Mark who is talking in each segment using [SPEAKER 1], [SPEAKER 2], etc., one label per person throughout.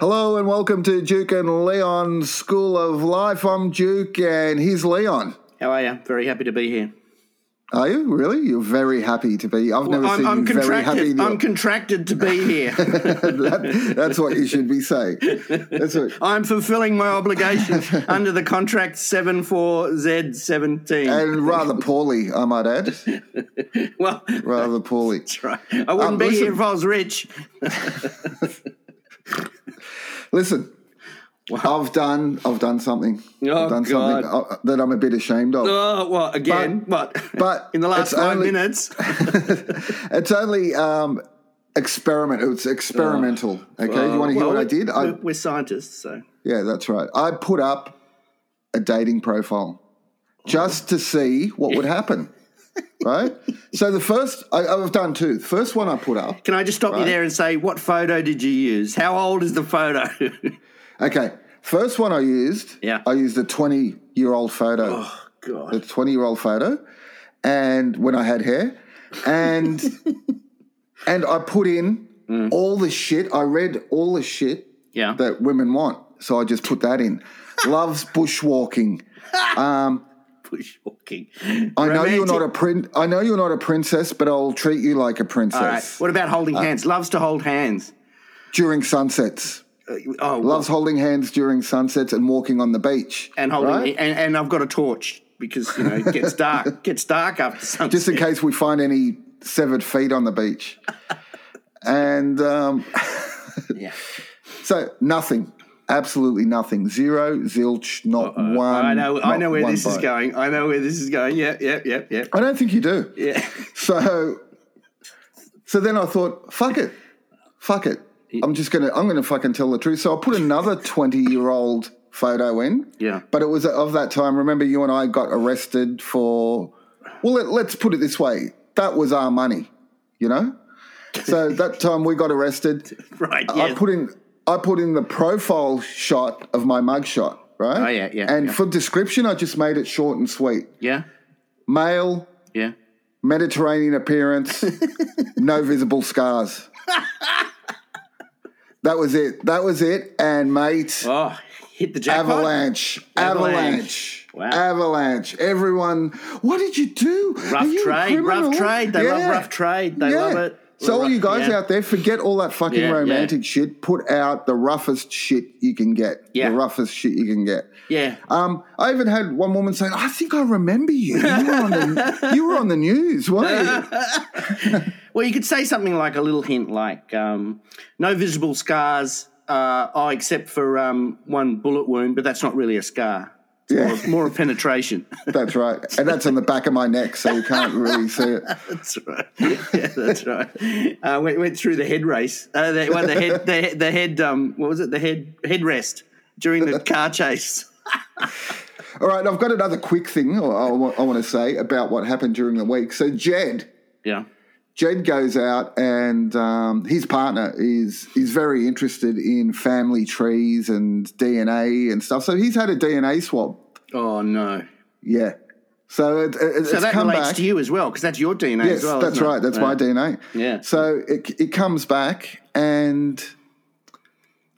[SPEAKER 1] and welcome to Duke and Leon School of Life. I'm Duke, and he's Leon.
[SPEAKER 2] How are you? Very happy to be here.
[SPEAKER 1] Are you really? You're very happy to be. I've never seen
[SPEAKER 2] I'm, I'm
[SPEAKER 1] you very happy. in
[SPEAKER 2] contracted.
[SPEAKER 1] your-
[SPEAKER 2] I'm contracted to be here.
[SPEAKER 1] That- that's what you should be saying. That's what.
[SPEAKER 2] I'm fulfilling my obligations under the contract 74Z17.
[SPEAKER 1] And rather poorly, I might add.
[SPEAKER 2] well,
[SPEAKER 1] Rather poorly.
[SPEAKER 2] that's right. I wouldn't
[SPEAKER 1] Um,
[SPEAKER 2] be
[SPEAKER 1] listen.
[SPEAKER 2] here if I was rich.
[SPEAKER 1] Listen, I've done. I've done something.
[SPEAKER 2] Oh,
[SPEAKER 1] I've done something uh, that I'm a bit ashamed of.
[SPEAKER 2] Oh, well, again, what?
[SPEAKER 1] but
[SPEAKER 2] in the last
[SPEAKER 1] it's
[SPEAKER 2] five
[SPEAKER 1] only-
[SPEAKER 2] minutes.
[SPEAKER 1] It's only um, experiment. It's experimental. okay, you want to hear
[SPEAKER 2] Oh. Well,
[SPEAKER 1] what I
[SPEAKER 2] we-
[SPEAKER 1] did? I,
[SPEAKER 2] we're, we're scientists, so.
[SPEAKER 1] yeah, that's right. I put up a dating profile just to see what would happen. Right. so the first I, I've done two. The first one I put up.
[SPEAKER 2] Can I just stop you
[SPEAKER 1] Right.
[SPEAKER 2] there and say, what photo did you use? How old is the photo?
[SPEAKER 1] Okay. First one I used.
[SPEAKER 2] Yeah.
[SPEAKER 1] I used a twenty-year-old photo.
[SPEAKER 2] oh, God.
[SPEAKER 1] a 20 year old photo and when I had hair and and I put in
[SPEAKER 2] Mm.
[SPEAKER 1] all the shit I read all the shit
[SPEAKER 2] Yeah.
[SPEAKER 1] that women want so I just put that in loves bushwalking
[SPEAKER 2] Bushwalking.
[SPEAKER 1] I know you're
[SPEAKER 2] Romantic
[SPEAKER 1] not a prin- I know you're not a princess but I'll treat you like a
[SPEAKER 2] All right.
[SPEAKER 1] princess
[SPEAKER 2] What about
[SPEAKER 1] Uh,
[SPEAKER 2] holding hands? Loves to hold hands.
[SPEAKER 1] during sunsets
[SPEAKER 2] Uh, Oh,
[SPEAKER 1] loves holding hands during sunsets and walking on the beach
[SPEAKER 2] and holding
[SPEAKER 1] right?
[SPEAKER 2] and, and I've got a torch because you know it gets dark. gets dark after sunset.
[SPEAKER 1] just in case we find any severed feet on the beach and um
[SPEAKER 2] yeah.
[SPEAKER 1] So nothing, absolutely nothing, zero, zilch, not one.
[SPEAKER 2] I know. I
[SPEAKER 1] not
[SPEAKER 2] know where
[SPEAKER 1] one
[SPEAKER 2] this is
[SPEAKER 1] bite.
[SPEAKER 2] going. I know where this is going. Yep. Yep. Yep. Yep.
[SPEAKER 1] I don't think you do.
[SPEAKER 2] Yeah.
[SPEAKER 1] So, so then I thought, fuck it, fuck it. I'm just gonna, I'm gonna fucking tell the truth. So I put another 20 year old photo in.
[SPEAKER 2] Yeah.
[SPEAKER 1] But it was of that time. Remember, you and I got arrested for. Well, let, let's put it this way: that was our money, you know. So that time we got arrested.
[SPEAKER 2] Right.
[SPEAKER 1] I
[SPEAKER 2] Yeah.
[SPEAKER 1] put in I put in the profile shot of my mugshot, right?
[SPEAKER 2] Oh, yeah, yeah,
[SPEAKER 1] And
[SPEAKER 2] yeah.
[SPEAKER 1] for description, I just made it short and sweet.
[SPEAKER 2] yeah.
[SPEAKER 1] Male,
[SPEAKER 2] Yeah.
[SPEAKER 1] Mediterranean appearance, no visible scars. that was it. That was it. And mate,
[SPEAKER 2] Oh, hit the jackpot.
[SPEAKER 1] avalanche,
[SPEAKER 2] Avalanche.
[SPEAKER 1] avalanche.
[SPEAKER 2] Wow.
[SPEAKER 1] Avalanche. Everyone, what did you do? Are
[SPEAKER 2] Rough
[SPEAKER 1] you a
[SPEAKER 2] trade. Rough
[SPEAKER 1] criminal?"
[SPEAKER 2] trade. They
[SPEAKER 1] Yeah.
[SPEAKER 2] love rough trade. They love it.
[SPEAKER 1] So all you guys
[SPEAKER 2] yeah.
[SPEAKER 1] out there, forget all that fucking
[SPEAKER 2] Yeah, yeah.
[SPEAKER 1] romantic shit. Put out the roughest shit you can get.
[SPEAKER 2] Yeah.
[SPEAKER 1] The roughest shit you can get.
[SPEAKER 2] Yeah.
[SPEAKER 1] Um, I even had one woman saying, "I think I remember you. You were on the, you were on the news, weren't you?"
[SPEAKER 2] Well, you could say something like a little hint, like um, no visible scars, uh, oh, except for um, one bullet wound, but that's not really a scar. It's
[SPEAKER 1] Yeah.
[SPEAKER 2] more, more a penetration.
[SPEAKER 1] That's right, and that's on the back of my neck, so you can't really see it.
[SPEAKER 2] that's right. Yeah, that's right. Uh, went, went through the head race. Uh, the, well, the head, the, he- the head. Um, what was it? The head headrest during the car chase.
[SPEAKER 1] All right, I've got another quick thing I, I, want to say about what happened during the week. So Jed,
[SPEAKER 2] Yeah.
[SPEAKER 1] Jed goes out and um, his partner is is very interested in family trees and DNA and stuff. So he's had a DNA swab.
[SPEAKER 2] Oh no.
[SPEAKER 1] Yeah. So it, it, it's
[SPEAKER 2] So that
[SPEAKER 1] come
[SPEAKER 2] relates
[SPEAKER 1] back.
[SPEAKER 2] to you as well, because that's your DNA
[SPEAKER 1] yes,
[SPEAKER 2] as well.
[SPEAKER 1] that's
[SPEAKER 2] isn't it?
[SPEAKER 1] right. That's
[SPEAKER 2] Yeah.
[SPEAKER 1] my DNA.
[SPEAKER 2] Yeah.
[SPEAKER 1] So it it comes back and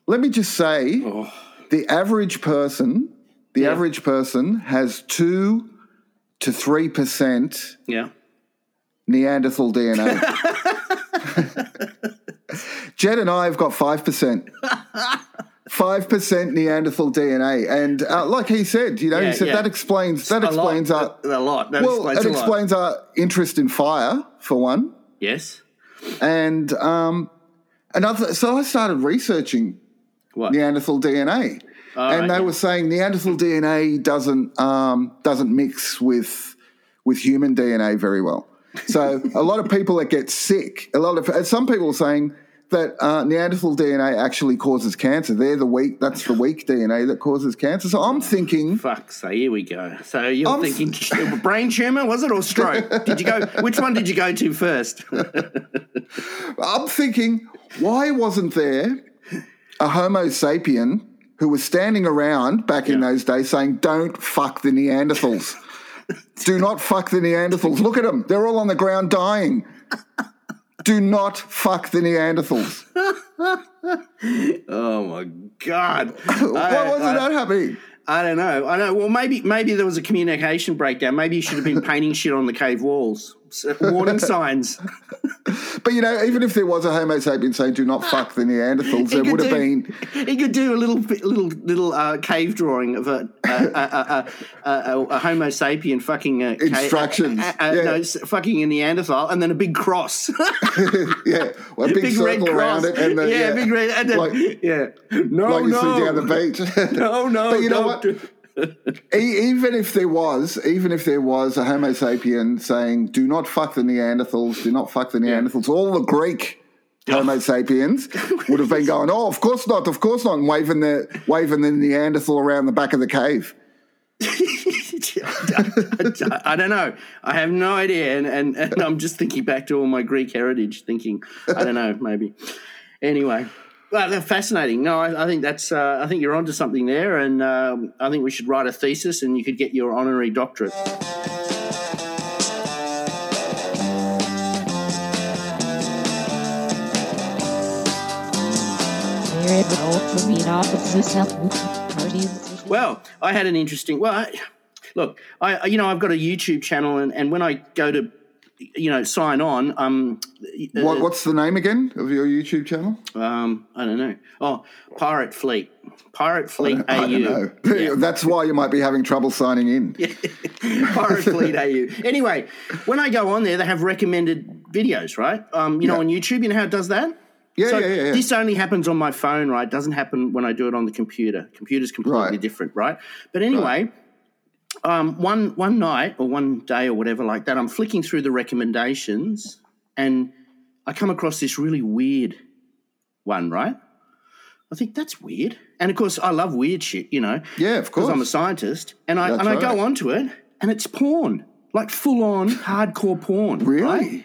[SPEAKER 1] let me just say
[SPEAKER 2] Oh.
[SPEAKER 1] the average person the average person has 2 to 3%
[SPEAKER 2] Yeah.
[SPEAKER 1] Neanderthal DNA. Jed and I have got 5%. 5% Neanderthal DNA. And uh, like he said, you know,
[SPEAKER 2] Yeah,
[SPEAKER 1] he said
[SPEAKER 2] yeah.
[SPEAKER 1] that explains that
[SPEAKER 2] A lot.
[SPEAKER 1] explains our
[SPEAKER 2] a, a lot. That
[SPEAKER 1] well,
[SPEAKER 2] explains
[SPEAKER 1] it
[SPEAKER 2] a lot.
[SPEAKER 1] explains our interest in fire for one.
[SPEAKER 2] Yes.
[SPEAKER 1] And um another so I started researching
[SPEAKER 2] What?
[SPEAKER 1] Neanderthal DNA. and
[SPEAKER 2] right,
[SPEAKER 1] they
[SPEAKER 2] yeah.
[SPEAKER 1] were saying Neanderthal DNA doesn't um, doesn't mix with with human DNA very well. So a lot of people that get sick, a lot of and some people are saying that uh, Neanderthal DNA actually causes cancer. They're the weak. That's the weak DNA that causes cancer. So I'm thinking
[SPEAKER 2] Fuck, so here we go. So you're
[SPEAKER 1] I'm-
[SPEAKER 2] thinking t- brain tumor, was it, or stroke? Did you go, which one did you go to first?
[SPEAKER 1] I'm thinking, why wasn't there a Homo sapien who was standing around back in those days saying, don't fuck the Neanderthals? Do not fuck the Neanderthals. Look at them. They're all on the ground dying. Do not fuck the Neanderthals.
[SPEAKER 2] oh my God.
[SPEAKER 1] Why wasn't that happening?
[SPEAKER 2] I don't know. I know. Well, maybe maybe there was a communication breakdown. Maybe you should have been painting shit on the cave walls. S- Warning signs.
[SPEAKER 1] But you know, even if there was a Homo sapien saying "do not fuck the Neanderthals,"
[SPEAKER 2] He
[SPEAKER 1] there
[SPEAKER 2] could
[SPEAKER 1] would have
[SPEAKER 2] do-
[SPEAKER 1] been
[SPEAKER 2] He could do a little little little uh, cave drawing of a a, a, a, a, a, a Homo sapien fucking uh, ca-
[SPEAKER 1] Instructions,
[SPEAKER 2] uh, uh,
[SPEAKER 1] yeah.
[SPEAKER 2] no, s- fucking a Neanderthal, and then a big cross.
[SPEAKER 1] yeah, well, a big,
[SPEAKER 2] big red
[SPEAKER 1] circle
[SPEAKER 2] cross.
[SPEAKER 1] around it, and then,
[SPEAKER 2] yeah, big red. And then,
[SPEAKER 1] like,
[SPEAKER 2] yeah. No,
[SPEAKER 1] like you
[SPEAKER 2] no.
[SPEAKER 1] see down the beach.
[SPEAKER 2] no, no.
[SPEAKER 1] But you know
[SPEAKER 2] don't
[SPEAKER 1] what?
[SPEAKER 2] do-
[SPEAKER 1] E- even if there was, even if there was a Homo sapien saying, "Do not fuck the Neanderthals," "Do not fuck the Neanderthals," all the Greek Homo sapiens would have been going, "Oh, of course not, of course not," and waving the waving the Neanderthal around the back of the cave.
[SPEAKER 2] I don't know. I have no idea, and, and and I'm just thinking back to all my Greek heritage, thinking I don't know, maybe. Anyway, well, they're fascinating. No, I, I think that's uh, I think you're onto something there, and um, I think we should write a thesis, and you could get your honorary doctorate.
[SPEAKER 3] Jared Roll for me off of the South Party.
[SPEAKER 2] Well, I had an interesting. Well, I- look, I I- you know I've got a YouTube channel, and, and when I go to you know sign on, um, uh,
[SPEAKER 1] What, what's the name again of your YouTube channel?
[SPEAKER 2] um, I don't know. Oh, Pirate Fleet, Pirate Fleet AU.
[SPEAKER 1] I don't know. That's why you might be having trouble signing in.
[SPEAKER 2] Pirate Fleet AU. Anyway, when I go on there, they have recommended videos, right? Um, you know,
[SPEAKER 1] Yeah.
[SPEAKER 2] on YouTube, you know how it does that?
[SPEAKER 1] Yeah,
[SPEAKER 2] so
[SPEAKER 1] yeah, yeah, yeah.
[SPEAKER 2] This only happens on my phone, right? Doesn't happen when I do it on the computer. Computer's completely
[SPEAKER 1] Right.
[SPEAKER 2] different, right? But anyway, um, one one night or one day or whatever like that, I'm flicking through the recommendations and I come across this really weird one, right? I think that's weird. And of course, I love weird shit, you know
[SPEAKER 1] Yeah, of course.
[SPEAKER 2] because I'm a scientist, and I
[SPEAKER 1] That's
[SPEAKER 2] and I
[SPEAKER 1] right.
[SPEAKER 2] go onto it, and it's porn, like full on hardcore porn.
[SPEAKER 1] really?
[SPEAKER 2] right?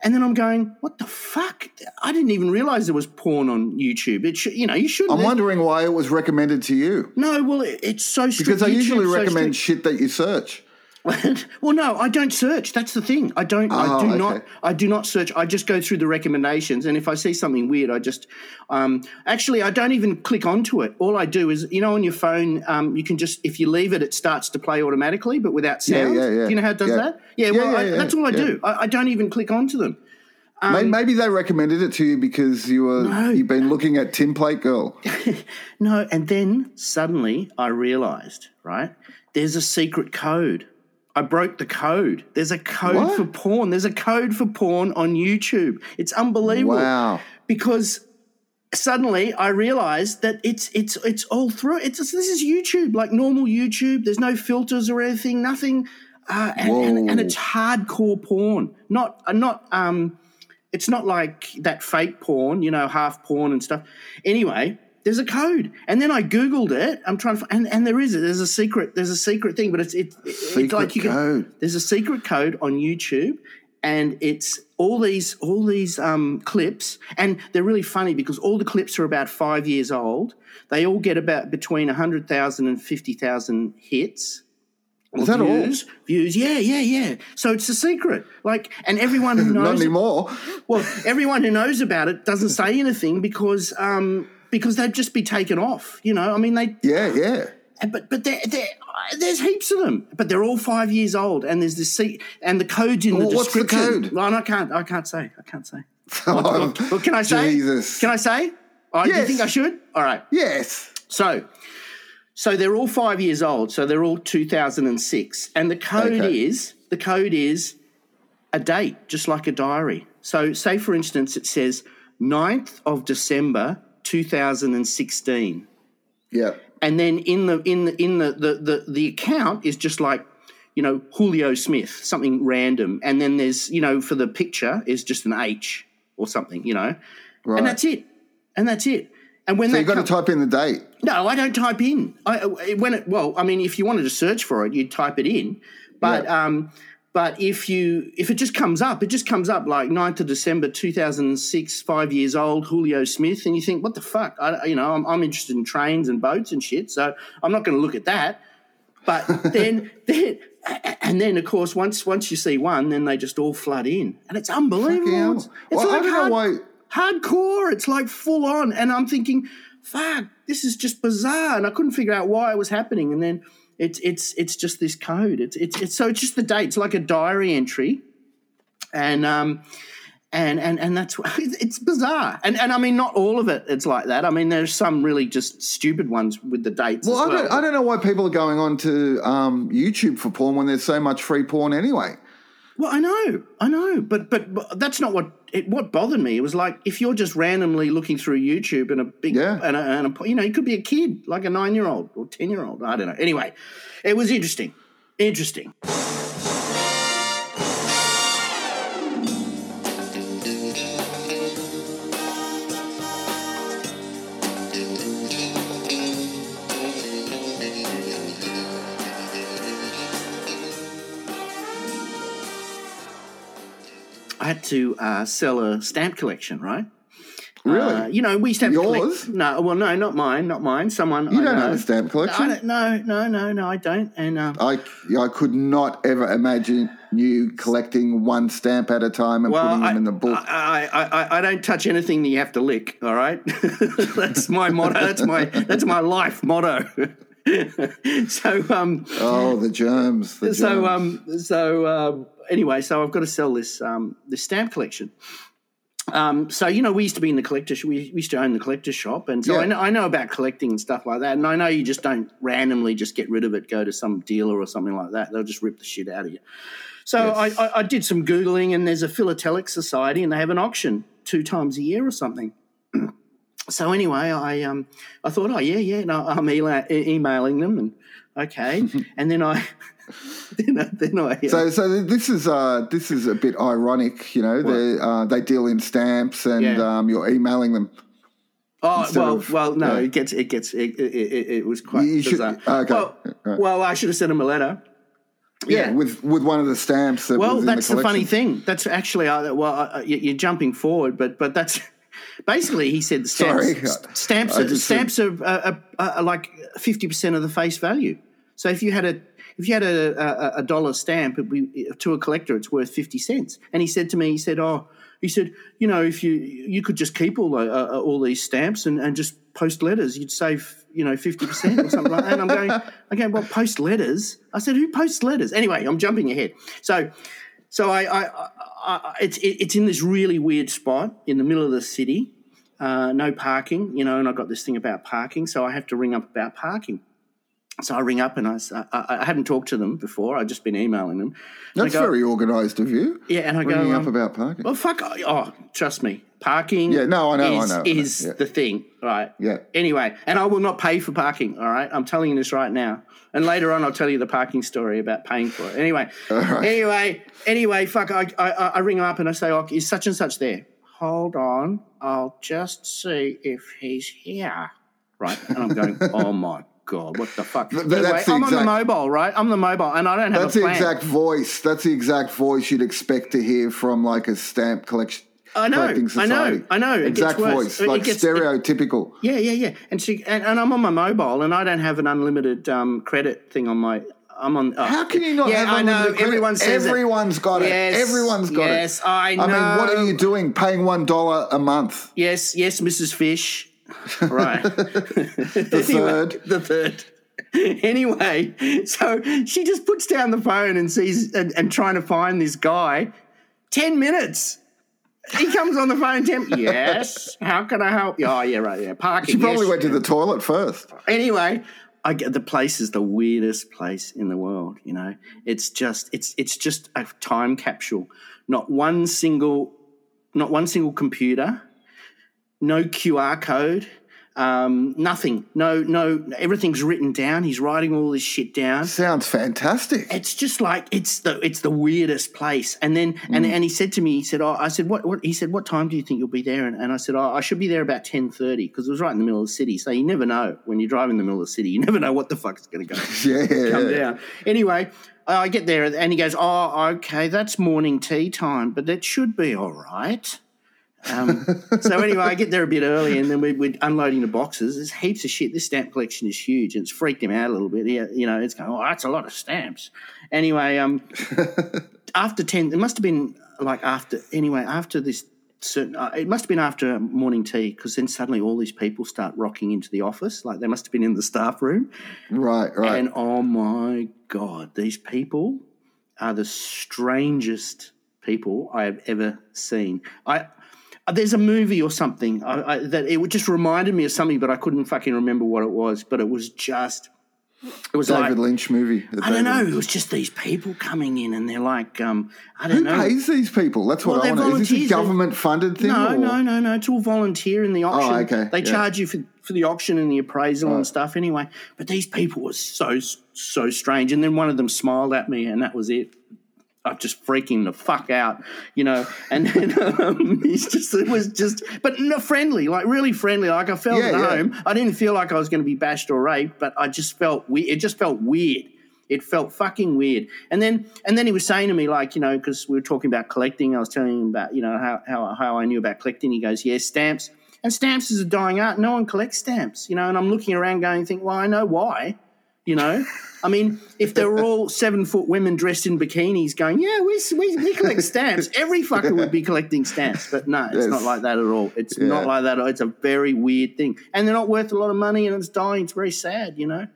[SPEAKER 2] And then I'm going, what the fuck? I didn't even realize there was porn on YouTube. It should, you know, you should.
[SPEAKER 1] I'm wondering why it was recommended to you.
[SPEAKER 2] No, well, it, it's so strict.
[SPEAKER 1] Because I
[SPEAKER 2] YouTube's
[SPEAKER 1] usually
[SPEAKER 2] so
[SPEAKER 1] recommend
[SPEAKER 2] strict.
[SPEAKER 1] shit that you search.
[SPEAKER 2] well, no, I don't search. That's the thing. I don't. I
[SPEAKER 1] Oh,
[SPEAKER 2] do
[SPEAKER 1] okay.
[SPEAKER 2] not. I do not search. I just go through the recommendations, and if I see something weird, I just. Um, actually, I don't even click onto it. All I do is, you know, on your phone, um, you can just if you leave it, it starts to play automatically, but without
[SPEAKER 1] Yeah,
[SPEAKER 2] sound.
[SPEAKER 1] yeah, yeah.
[SPEAKER 2] Do you know how it does
[SPEAKER 1] Yeah.
[SPEAKER 2] that? Yeah.
[SPEAKER 1] Yeah,
[SPEAKER 2] well,
[SPEAKER 1] yeah,
[SPEAKER 2] I,
[SPEAKER 1] yeah,
[SPEAKER 2] that's all I
[SPEAKER 1] yeah.
[SPEAKER 2] do. I, I don't even click onto them.
[SPEAKER 1] May-
[SPEAKER 2] Um,
[SPEAKER 1] Maybe they recommended it to you because you were you've been looking at Tim Plate Girl.
[SPEAKER 2] No, and then suddenly I realized, right? There's a secret code. I broke the code. There's a code
[SPEAKER 1] What?
[SPEAKER 2] for porn. There's a code for porn on YouTube. It's unbelievable.
[SPEAKER 1] Wow.
[SPEAKER 2] Because suddenly I realized that it's it's it's all through. It's this is YouTube, like normal YouTube. There's no filters or anything, nothing. Uh, and, and, and
[SPEAKER 1] Whoa.
[SPEAKER 2] it's hardcore porn. Not uh, not um it's not like that fake porn, you know, half porn and stuff. Anyway, there's a code, and then I googled it. I'm trying to, find, and, and there is it. There's a secret. There's a secret thing, but it's it's it's like
[SPEAKER 1] Secret
[SPEAKER 2] you
[SPEAKER 1] code.
[SPEAKER 2] can. There's a secret code on YouTube, and it's all these all these um, clips, and they're really funny because all the clips are about five years old. They all get about between hundred thousand and fifty thousand hits.
[SPEAKER 1] Is that all?
[SPEAKER 2] views, all? Views, yeah, yeah, yeah. So it's a secret. Like, and everyone who
[SPEAKER 1] Not
[SPEAKER 2] knows it-
[SPEAKER 1] anymore.
[SPEAKER 2] well, everyone who knows about it doesn't say anything because um, because they'd just be taken off. You know, I mean, they
[SPEAKER 1] Yeah, yeah.
[SPEAKER 2] but but they're, they're, there's heaps of them, but they're all five years old, and there's this se- and the codes in the
[SPEAKER 1] Well, what's the
[SPEAKER 2] description.
[SPEAKER 1] code?
[SPEAKER 2] Well, I can't I can't say I can't say.
[SPEAKER 1] Oh,
[SPEAKER 2] Well, can I say?
[SPEAKER 1] Jesus.
[SPEAKER 2] Can I say? All right, Do you
[SPEAKER 1] Yes.
[SPEAKER 2] think I should? All right.
[SPEAKER 1] yes.
[SPEAKER 2] So, so they're all five years old. So they're all 2006, and the code
[SPEAKER 1] Okay.
[SPEAKER 2] is the code is a date, just like a diary. So, say for instance, it says 9th of December 2016,
[SPEAKER 1] Yeah.
[SPEAKER 2] and then in the in the in the the the, the account is just like. You know, Julio Smith, something random. And then there's, you know, for the picture is just an H or something, you know.
[SPEAKER 1] Right.
[SPEAKER 2] And that's it. And that's it. And when
[SPEAKER 1] So
[SPEAKER 2] they
[SPEAKER 1] you've got to type in the date.
[SPEAKER 2] no, I don't type in. I when it well, I mean, if you wanted to search for it, you'd type it in. But
[SPEAKER 1] Yeah.
[SPEAKER 2] um, but if you if it just comes up, it just comes up like 9th of December two thousand and six, five years old, Julio Smith, and you think, what the fuck? I you know, I'm, I'm interested in trains and boats and shit, so I'm not going to look at that. But then then. And then, of course, once once you see one, then they just all flood in, and it's unbelievable.
[SPEAKER 1] hell.
[SPEAKER 2] It's, it's
[SPEAKER 1] Well, I
[SPEAKER 2] like
[SPEAKER 1] don't know why-
[SPEAKER 2] hard- hardcore. It's like full on. And I'm thinking, fuck, this is just bizarre. And I couldn't figure out why it was happening. And then it's it's it's just this code. It's it's, it's so it's just the dates, like a diary entry. And um and and and that's it's bizarre. And and I mean not all of it it's like that. I mean there's some really just stupid ones with the dates.
[SPEAKER 1] Well,
[SPEAKER 2] as
[SPEAKER 1] I don't, I don't know why people are going on to um, YouTube for porn when there's so much free porn anyway.
[SPEAKER 2] Well, I know, I know, but but, but that's not what it, what bothered me. It was like if you're just randomly looking through YouTube and a big
[SPEAKER 1] Yeah.
[SPEAKER 2] and, a, and a, you know, you could be a kid, like a nine year old or ten year old. I don't know. Anyway, it was interesting, interesting. I had to uh, sell a stamp collection, right?
[SPEAKER 1] Really?
[SPEAKER 2] Uh, you know, we used to have to collect-
[SPEAKER 1] Yours?
[SPEAKER 2] no, well, no, not mine, not mine. Someone
[SPEAKER 1] you
[SPEAKER 2] I
[SPEAKER 1] don't
[SPEAKER 2] know.
[SPEAKER 1] have a stamp
[SPEAKER 2] I
[SPEAKER 1] collection.
[SPEAKER 2] don't, no, no, no, no, I don't. And um,
[SPEAKER 1] I, I could not ever imagine you collecting one stamp at a time and putting them
[SPEAKER 2] I,
[SPEAKER 1] in the book.
[SPEAKER 2] I, I, I, I don't touch anything that you have to lick. All right, that's my motto. That's my that's my life motto. so um,
[SPEAKER 1] oh, the germs. The germs.
[SPEAKER 2] so um, so um, anyway, so I've got to sell this um, this stamp collection. Um, so you know, we used to be in the collector. sh- We, we used to own the collector shop, and so
[SPEAKER 1] Yeah.
[SPEAKER 2] I, know, I know about collecting and stuff like that. And I know you just don't randomly just get rid of it, go to some dealer or something like that. They'll just rip the shit out of you. So
[SPEAKER 1] Yes.
[SPEAKER 2] I, I, I did some googling, and there's a philatelic society, and they have an auction two times a year or something. So anyway, I um I thought, oh yeah, yeah, no, I'm ela- e- emailing them, and okay, and then I then I, then I
[SPEAKER 1] So, so this is uh, this is a bit ironic, you know. They uh, they deal in stamps, and
[SPEAKER 2] Yeah.
[SPEAKER 1] um, you're emailing them.
[SPEAKER 2] oh
[SPEAKER 1] instead
[SPEAKER 2] well
[SPEAKER 1] of-
[SPEAKER 2] well no
[SPEAKER 1] yeah.
[SPEAKER 2] it gets it gets it, it, it, it was quite
[SPEAKER 1] You- you should-
[SPEAKER 2] bizarre.
[SPEAKER 1] okay,
[SPEAKER 2] well,
[SPEAKER 1] right.
[SPEAKER 2] well I should have sent him a letter
[SPEAKER 1] Yeah, with with one of the stamps. That
[SPEAKER 2] well
[SPEAKER 1] was in
[SPEAKER 2] that's
[SPEAKER 1] the,
[SPEAKER 2] the,
[SPEAKER 1] collection.
[SPEAKER 2] funny thing that's actually uh, well uh, you- you're jumping forward but but that's basically he said the
[SPEAKER 1] Sorry.
[SPEAKER 2] stamps stamps
[SPEAKER 1] I
[SPEAKER 2] are,
[SPEAKER 1] just-
[SPEAKER 2] stamps are, are, are, are like 50% of the face value so if you had a if you had a, a, a dollar stamp it'd be, to a collector it's worth 50 cents and he said to me he said oh he said you know if you you could just keep all the, uh, uh, all these stamps and, and just post letters you'd save you know 50% or something like that and i'm going okay well post letters i said who posts letters anyway i'm jumping ahead so so I, I, I, I it's it, it's in this really weird spot in the middle of the city, uh, no parking, you know, and I got this thing about parking, so I have to ring up about parking. So I ring up and I, s- I- I- I hadn't talked to them before. I'd just been emailing them. And I
[SPEAKER 1] That's
[SPEAKER 2] go-
[SPEAKER 1] very organised of you.
[SPEAKER 2] yeah, and I go
[SPEAKER 1] Bringing
[SPEAKER 2] um,
[SPEAKER 1] up about parking.
[SPEAKER 2] well, fuck. I- Oh, trust me, parking.
[SPEAKER 1] Yeah, no, I know, I
[SPEAKER 2] is,
[SPEAKER 1] know, I know,
[SPEAKER 2] is
[SPEAKER 1] yeah.
[SPEAKER 2] the thing, right?
[SPEAKER 1] yeah.
[SPEAKER 2] Anyway, and I will not pay for parking. All right, I'm telling you this right now, and later on I'll tell you the parking story about paying for it. Anyway,
[SPEAKER 1] right.
[SPEAKER 2] anyway, anyway, fuck. I, I I- I ring him up and I say, "Oh, is such and such there?" Hold on, I'll just see if he's here. Right, and I'm going, "Oh my god, what the fuck?"
[SPEAKER 1] Th- that's the
[SPEAKER 2] I'm on the
[SPEAKER 1] exact-
[SPEAKER 2] mobile, right? I'm the mobile, and I don't have
[SPEAKER 1] That's
[SPEAKER 2] a
[SPEAKER 1] the
[SPEAKER 2] plan.
[SPEAKER 1] exact voice. That's the exact voice you'd expect to hear from like a stamp collection.
[SPEAKER 2] I know,
[SPEAKER 1] collecting
[SPEAKER 2] I know,
[SPEAKER 1] society.
[SPEAKER 2] I know, it gets
[SPEAKER 1] Exact
[SPEAKER 2] worse.
[SPEAKER 1] voice,
[SPEAKER 2] It- it
[SPEAKER 1] like
[SPEAKER 2] gets- it-
[SPEAKER 1] stereotypical.
[SPEAKER 2] Yeah, yeah, yeah. And she and, and I'm on my mobile, and I don't have an unlimited um, credit thing on my. I'm on. oh,
[SPEAKER 1] How can you not?
[SPEAKER 2] Yeah,
[SPEAKER 1] have
[SPEAKER 2] I know.
[SPEAKER 1] unlimited credit?
[SPEAKER 2] Everyone says it.
[SPEAKER 1] Everyone's got
[SPEAKER 2] Yes,
[SPEAKER 1] it. Everyone's got
[SPEAKER 2] yes,
[SPEAKER 1] it. I
[SPEAKER 2] I
[SPEAKER 1] mean, what
[SPEAKER 2] know.
[SPEAKER 1] are you doing? Paying one dollar a month?
[SPEAKER 2] Yes, yes, Mrs. Fish. Right.
[SPEAKER 1] The third.
[SPEAKER 2] the third. anyway, so she just puts down the phone and sees and, and trying to find this guy. Ten minutes. He comes on the phone. Ten. Yes. How can I help you? Oh yeah, right. Yeah, parking.
[SPEAKER 1] She probably
[SPEAKER 2] yes.
[SPEAKER 1] went to the toilet first.
[SPEAKER 2] anyway, I get the place is the weirdest place in the world. You know, it's just it's it's just a time capsule. Not one single, not one single computer, no QR code, um, nothing. No, no, everything's written down. He's writing all this shit down
[SPEAKER 1] Sounds fantastic.
[SPEAKER 2] it's just like it's the it's the weirdest place. And then and, and he said to me, he said, oh, I said, what, what he said, what time do you think you'll be there? And, and I said, oh, I should be there about ten thirty because it was right in the middle of the city. So you never know when you drive in the middle of the city, you never know what the fuck is going to go
[SPEAKER 1] yeah,
[SPEAKER 2] come down. Anyway, I get there and he goes, oh, okay, that's morning tea time, but that should be all right. Um, so anyway, I get there a bit early, and then we're, we're unloading the boxes. There's heaps of shit. This stamp collection is huge, and it's freaked him out a little bit. Yeah, you know, it's going, oh, that's a lot of stamps. Anyway, um, after ten, it must have been like after anyway after this certain. Uh, it must have been after morning tea because then suddenly all these people start rocking into the office. Like they must have been in the staff room.
[SPEAKER 1] Right, right.
[SPEAKER 2] And oh my god, these people are the strangest people I have ever seen. I there's a movie or something I, I, that it just reminded me of something, but I couldn't fucking remember what it was. But it was just it was
[SPEAKER 1] David
[SPEAKER 2] like
[SPEAKER 1] Lynch movie. the
[SPEAKER 2] I
[SPEAKER 1] David
[SPEAKER 2] don't know.
[SPEAKER 1] Lynch.
[SPEAKER 2] It was just these people coming in, and they're like, um, I don't
[SPEAKER 1] Who
[SPEAKER 2] know.
[SPEAKER 1] pays these people? That's what
[SPEAKER 2] Well,
[SPEAKER 1] I
[SPEAKER 2] they're
[SPEAKER 1] want to know. Is this a
[SPEAKER 2] volunteers. They-
[SPEAKER 1] government funded thing?
[SPEAKER 2] No,
[SPEAKER 1] or- Oh,
[SPEAKER 2] no, no, no. It's all volunteer in the auction.
[SPEAKER 1] okay,
[SPEAKER 2] They
[SPEAKER 1] yeah.
[SPEAKER 2] charge you for, for the auction and the appraisal and stuff anyway. But these people were so, so strange. And then one of them smiled at me, and that was it. I'm just freaking the fuck out, you know. And then um, it's just, it was just, but not friendly, like really friendly. Like I felt
[SPEAKER 1] Yeah,
[SPEAKER 2] at
[SPEAKER 1] yeah.
[SPEAKER 2] home. I didn't feel like I was going to be bashed or raped, but I just felt we. It just felt weird. It felt fucking weird. And then, and then he was saying to me, like, you know, because we were talking about collecting. I was telling him about, you know, how how how I knew about collecting. He goes, yeah, stamps. And stamps is a dying art. No one collects stamps, you know. And I'm looking around, going, think, well, I know why. You know, I mean, if they were all seven foot women dressed in bikinis going, yeah, we, we, we collect stamps, every fucker would be collecting stamps. But no, it's not
[SPEAKER 1] Yes.
[SPEAKER 2] like that at all. It's
[SPEAKER 1] Yeah.
[SPEAKER 2] not like that. at all. It's a very weird thing. And they're not worth a lot of money and it's dying. It's very sad, you know?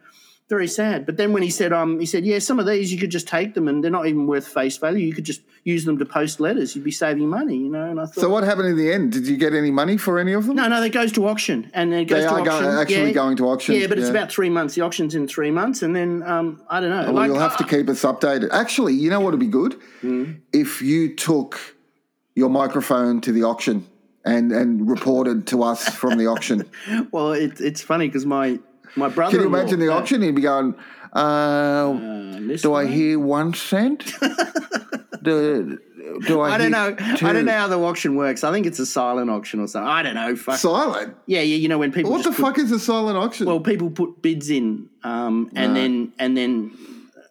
[SPEAKER 2] Very sad. But then when he said, um, he said, yeah, some of these you could just take them and they're not even worth face value. You could just use them to post letters. You'd be saving money, you know? And I thought,
[SPEAKER 1] So what happened in the end? Did you get any money for any of them?
[SPEAKER 2] no, no, that goes to auction, and then it goes
[SPEAKER 1] They
[SPEAKER 2] to
[SPEAKER 1] are go-
[SPEAKER 2] auction.
[SPEAKER 1] actually
[SPEAKER 2] yeah.
[SPEAKER 1] going to auction,
[SPEAKER 2] Yeah, but it's
[SPEAKER 1] yeah. Oh,
[SPEAKER 2] about three months. The auction's in three months, and then um, I Hmm? don't know.
[SPEAKER 1] Well, you'll have to keep us updated. Actually, you know what would be good? If you took your microphone to the auction and, and reported to us from the auction.
[SPEAKER 2] Well, it, it's funny because my my brother.
[SPEAKER 1] Can you imagine the auction? He'd be going, uh, do I hear one cent? do, do I
[SPEAKER 2] I don't
[SPEAKER 1] hear
[SPEAKER 2] know.
[SPEAKER 1] two?"
[SPEAKER 2] I don't know how the auction works. I think it's a silent auction or something. I don't know. Fuck.
[SPEAKER 1] Silent?
[SPEAKER 2] yeah, yeah. You know when people
[SPEAKER 1] What
[SPEAKER 2] just
[SPEAKER 1] the
[SPEAKER 2] put-
[SPEAKER 1] fuck is a silent auction?
[SPEAKER 2] Well, people put bids in, um, and then and then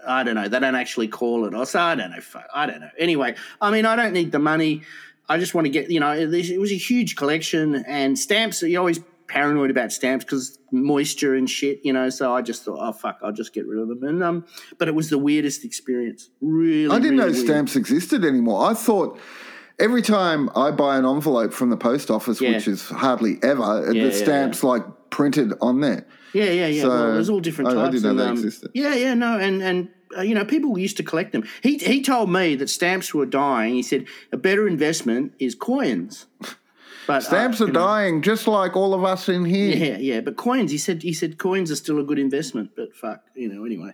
[SPEAKER 2] I don't know. They don't actually call it. I so I don't know. Fuck, I don't know. Anyway, I mean, I don't need the money. I just want to get. You know, it it was a huge collection, and stamps. You're always paranoid about stamps because moisture and shit. You know, so I just thought, oh fuck, I'll just get rid of them. And um, but it was the weirdest experience. Really,
[SPEAKER 1] I didn't
[SPEAKER 2] really
[SPEAKER 1] know
[SPEAKER 2] weird.
[SPEAKER 1] stamps existed anymore. I thought every time I buy an envelope from the post office,
[SPEAKER 2] Yeah.
[SPEAKER 1] which is hardly ever, uh,
[SPEAKER 2] Yeah, Ah, yeah,
[SPEAKER 1] the stamp's like printed on there.
[SPEAKER 2] Yeah, yeah, yeah.
[SPEAKER 1] So,
[SPEAKER 2] well, there's all different
[SPEAKER 1] I- I
[SPEAKER 2] types.
[SPEAKER 1] didn't know
[SPEAKER 2] and,
[SPEAKER 1] they
[SPEAKER 2] um,
[SPEAKER 1] existed.
[SPEAKER 2] Yeah, yeah, no, and and uh, you know, people used to collect them. He he told me that stamps were dying. He said a better investment is coins. But uh,
[SPEAKER 1] Stamps are
[SPEAKER 2] you know,
[SPEAKER 1] dying, just like all of us in here.
[SPEAKER 2] Yeah, yeah, but coins. He said he said coins are still a good investment. But fuck, you know. Anyway,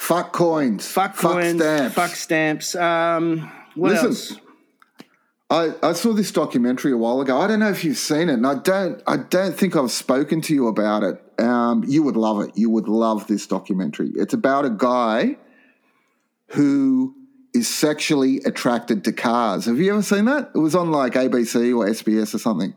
[SPEAKER 1] Fuck coins.
[SPEAKER 2] fuck, coins.
[SPEAKER 1] stamps.
[SPEAKER 2] Fuck stamps. Um, what
[SPEAKER 1] Listen,
[SPEAKER 2] else?
[SPEAKER 1] I, I saw this documentary a while ago. I don't know if you've seen it, and I don't I don't think I've spoken to you about it. Um, you would love it. You would love this documentary. It's about a guy who is sexually attracted to cars. Have you ever seen that? It was on like ABC or SBS or something.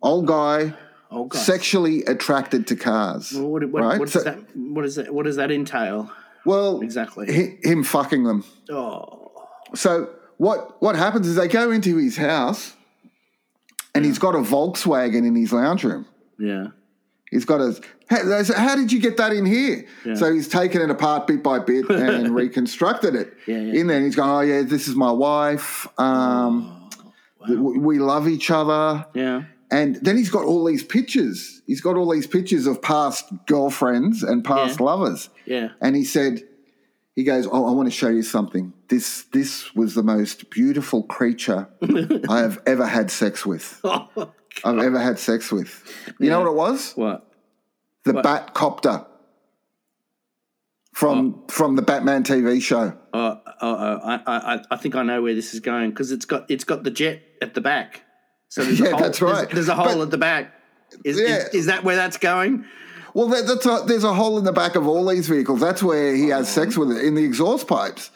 [SPEAKER 1] Old guy
[SPEAKER 2] Oh god.
[SPEAKER 1] sexually attracted to cars.
[SPEAKER 2] Well, what, what,
[SPEAKER 1] right?
[SPEAKER 2] what does
[SPEAKER 1] So-
[SPEAKER 2] that? What does that? What does that entail?
[SPEAKER 1] Well,
[SPEAKER 2] Exactly.
[SPEAKER 1] hi- him fucking them.
[SPEAKER 2] Oh,
[SPEAKER 1] So what what happens is they go into his house, and he's got a Volkswagen in his lounge room.
[SPEAKER 2] yeah.
[SPEAKER 1] He's got a. How, they say, how did you get that in here? So he's taken it apart bit by bit and reconstructed it
[SPEAKER 2] Yeah, yeah.
[SPEAKER 1] in there. And he's going, oh yeah, this is my wife. Um,
[SPEAKER 2] Oh,
[SPEAKER 1] th- w- We love each other.
[SPEAKER 2] Yeah.
[SPEAKER 1] And then he's got all these pictures. He's got all these pictures of past girlfriends and past
[SPEAKER 2] Yeah.
[SPEAKER 1] lovers
[SPEAKER 2] Yeah.
[SPEAKER 1] and he said he goes oh i want to show you something this this was the most beautiful creature i have ever had sex with
[SPEAKER 2] Oh,
[SPEAKER 1] i've ever had sex with you know what it was
[SPEAKER 2] What?
[SPEAKER 1] the bat copter from from the batman tv show
[SPEAKER 2] Oh, oh, oh I, I, I- I think I know where this is going because it's got it's got the jet at the back. So there's
[SPEAKER 1] Yeah,
[SPEAKER 2] a hole,
[SPEAKER 1] that's
[SPEAKER 2] there's-
[SPEAKER 1] right.
[SPEAKER 2] There's, a hole
[SPEAKER 1] But-
[SPEAKER 2] at the back. Is,
[SPEAKER 1] Yeah.
[SPEAKER 2] is, is that where that's going?
[SPEAKER 1] well there, that's
[SPEAKER 2] Oh.
[SPEAKER 1] a, there's a hole in the back of all these vehicles that's where he has sex with it in the exhaust pipes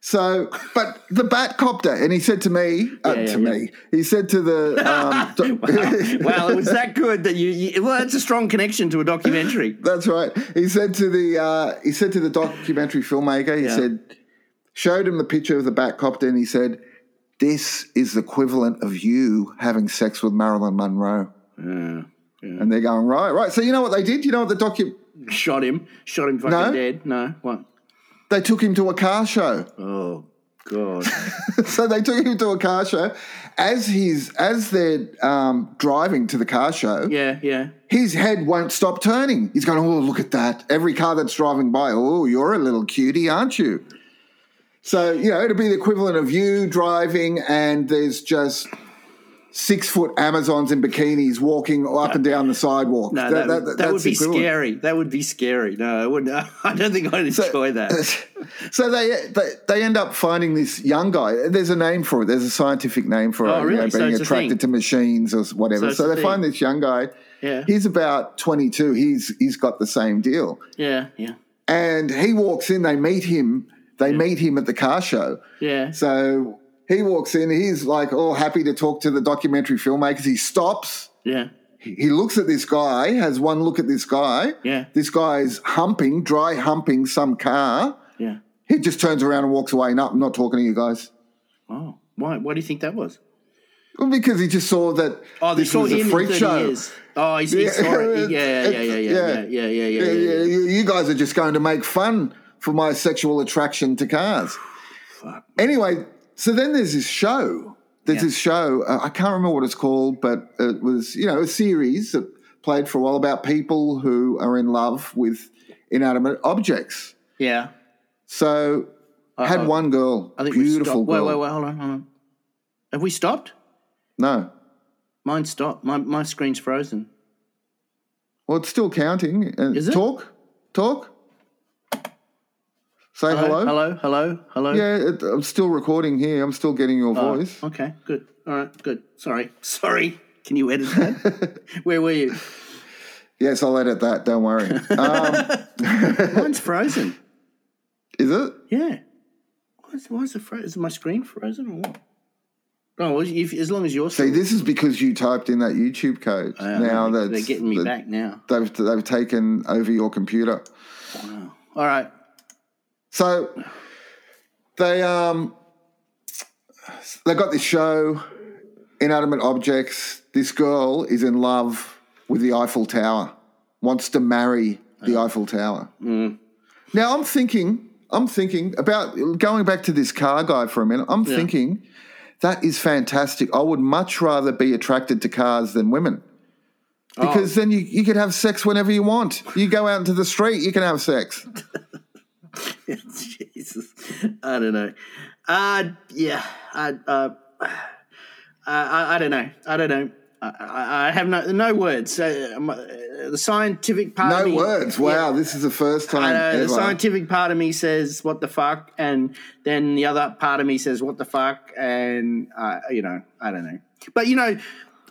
[SPEAKER 1] So, but the bat copter, and he said to me, uh,
[SPEAKER 2] Yeah, yeah,
[SPEAKER 1] to
[SPEAKER 2] yeah.
[SPEAKER 1] me, he said to the. Um, do-
[SPEAKER 2] wow. wow, it was that good that you, you. Well, that's a strong connection to a documentary.
[SPEAKER 1] That's right. He said to the uh, he said to the documentary filmmaker. He
[SPEAKER 2] Yeah.
[SPEAKER 1] said, showed him the picture of the Batcopter, and he said, "This is the equivalent of you having sex with Marilyn Monroe." And they're going right, right. So you know what they did? You know what the docu?
[SPEAKER 2] Shot him. Shot him
[SPEAKER 1] No.
[SPEAKER 2] fucking dead. No. What?
[SPEAKER 1] They took him to a car show.
[SPEAKER 2] Oh, God.
[SPEAKER 1] so they took him to a car show. As he's as they're um, driving to the car show,
[SPEAKER 2] yeah, yeah.
[SPEAKER 1] his head won't stop turning. He's going, oh, look at that. Every car that's driving by, oh, you're a little cutie, aren't you? So, you know, it'd be the equivalent of you driving and there's just six foot Amazons in bikinis walking up and down the sidewalk.
[SPEAKER 2] No, that, that, would
[SPEAKER 1] that's the
[SPEAKER 2] be
[SPEAKER 1] equivalent.
[SPEAKER 2] scary. That would be scary. No, I wouldn't. I don't think I'd enjoy that.
[SPEAKER 1] So they, they they end up finding this young guy. There's a name for it. There's a scientific name for it.
[SPEAKER 2] Oh,
[SPEAKER 1] you
[SPEAKER 2] really?
[SPEAKER 1] know,
[SPEAKER 2] So
[SPEAKER 1] being
[SPEAKER 2] it's a thing.
[SPEAKER 1] attracted to machines or
[SPEAKER 2] So
[SPEAKER 1] whatever.
[SPEAKER 2] it's
[SPEAKER 1] So,
[SPEAKER 2] a
[SPEAKER 1] they
[SPEAKER 2] thing.
[SPEAKER 1] find this young guy.
[SPEAKER 2] Yeah.
[SPEAKER 1] He's about 22. He's he's got the same deal.
[SPEAKER 2] Yeah, yeah,
[SPEAKER 1] and he walks in. They meet him. They meet him at the car show.
[SPEAKER 2] yeah.
[SPEAKER 1] So he walks in. He's like all happy to talk to the documentary filmmakers. He stops.
[SPEAKER 2] Yeah.
[SPEAKER 1] He he looks at this guy. Has one look at this guy.
[SPEAKER 2] Yeah.
[SPEAKER 1] This guy's humping, dry humping some car.
[SPEAKER 2] Yeah.
[SPEAKER 1] He just turns around and walks away. No, I'm not talking to you guys.
[SPEAKER 2] Oh, why? Why do you think that was?
[SPEAKER 1] Well, Because he just saw that
[SPEAKER 2] Oh, they
[SPEAKER 1] this
[SPEAKER 2] saw
[SPEAKER 1] was
[SPEAKER 2] him
[SPEAKER 1] a freak
[SPEAKER 2] in 30
[SPEAKER 1] show.
[SPEAKER 2] years. Oh, he's, he's
[SPEAKER 1] Yeah,
[SPEAKER 2] sorry. Yeah,
[SPEAKER 1] it's-
[SPEAKER 2] yeah, yeah, yeah, yeah,
[SPEAKER 1] yeah.
[SPEAKER 2] yeah, yeah, yeah, yeah,
[SPEAKER 1] Yeah,
[SPEAKER 2] yeah,
[SPEAKER 1] yeah, you you guys are just going to make fun for my sexual attraction to cars. Anyway, so then there's this show. There's
[SPEAKER 2] Yeah.
[SPEAKER 1] this show. Uh, I can't remember what it's called, but it was you know a series that played for a while about people who are in love with inanimate objects.
[SPEAKER 2] Yeah.
[SPEAKER 1] So had one girl,
[SPEAKER 2] I think
[SPEAKER 1] beautiful
[SPEAKER 2] we've stopped.
[SPEAKER 1] girl.
[SPEAKER 2] Wait, wait, wait. Hold on, hold on. Have we stopped?
[SPEAKER 1] No,
[SPEAKER 2] Mine stopped. My my screen's frozen.
[SPEAKER 1] well it's still counting. Uh,
[SPEAKER 2] Is it?
[SPEAKER 1] Talk, talk. Say hello.
[SPEAKER 2] hello, hello, hello.
[SPEAKER 1] Yeah, it, I'm still recording here. I'm still getting your
[SPEAKER 2] Oh,
[SPEAKER 1] voice.
[SPEAKER 2] Okay, good. All right, good. Sorry, sorry. Can you edit that? Where were you?
[SPEAKER 1] Yes, I'll edit that. Don't worry. Um,
[SPEAKER 2] Mine's frozen.
[SPEAKER 1] is it?
[SPEAKER 2] Yeah. Why is, why is it frozen? Is my screen frozen or what? Oh, well, if, as long as you're
[SPEAKER 1] See,
[SPEAKER 2] still,
[SPEAKER 1] this is because you typed in that YouTube code.
[SPEAKER 2] Uh,
[SPEAKER 1] now
[SPEAKER 2] they're,
[SPEAKER 1] that's
[SPEAKER 2] they're getting me
[SPEAKER 1] that
[SPEAKER 2] back now.
[SPEAKER 1] They've they've taken over your computer.
[SPEAKER 2] All right.
[SPEAKER 1] So they um they got this show, inanimate objects. This girl is in love with the Eiffel Tower, wants to marry the Eiffel Tower. Now I'm thinking, I'm thinking about going back to this car guy for a minute. I'm thinking that is fantastic. I would much rather be attracted to cars than women. Because then you, you could have sex whenever you want. You go out into the street, you can have sex.
[SPEAKER 2] Jesus, I don't know. Uh, yeah, I, uh, uh, I, I don't know. I don't know. I, I, I have no no words. Uh, um, uh, the scientific part. of
[SPEAKER 1] No
[SPEAKER 2] me,
[SPEAKER 1] words. Wow, this is the first
[SPEAKER 2] I
[SPEAKER 1] time
[SPEAKER 2] know,
[SPEAKER 1] ever.
[SPEAKER 2] uh, the scientific part of me says what the fuck, and then the other part of me says what the fuck, and uh, you know, I don't know. But you know,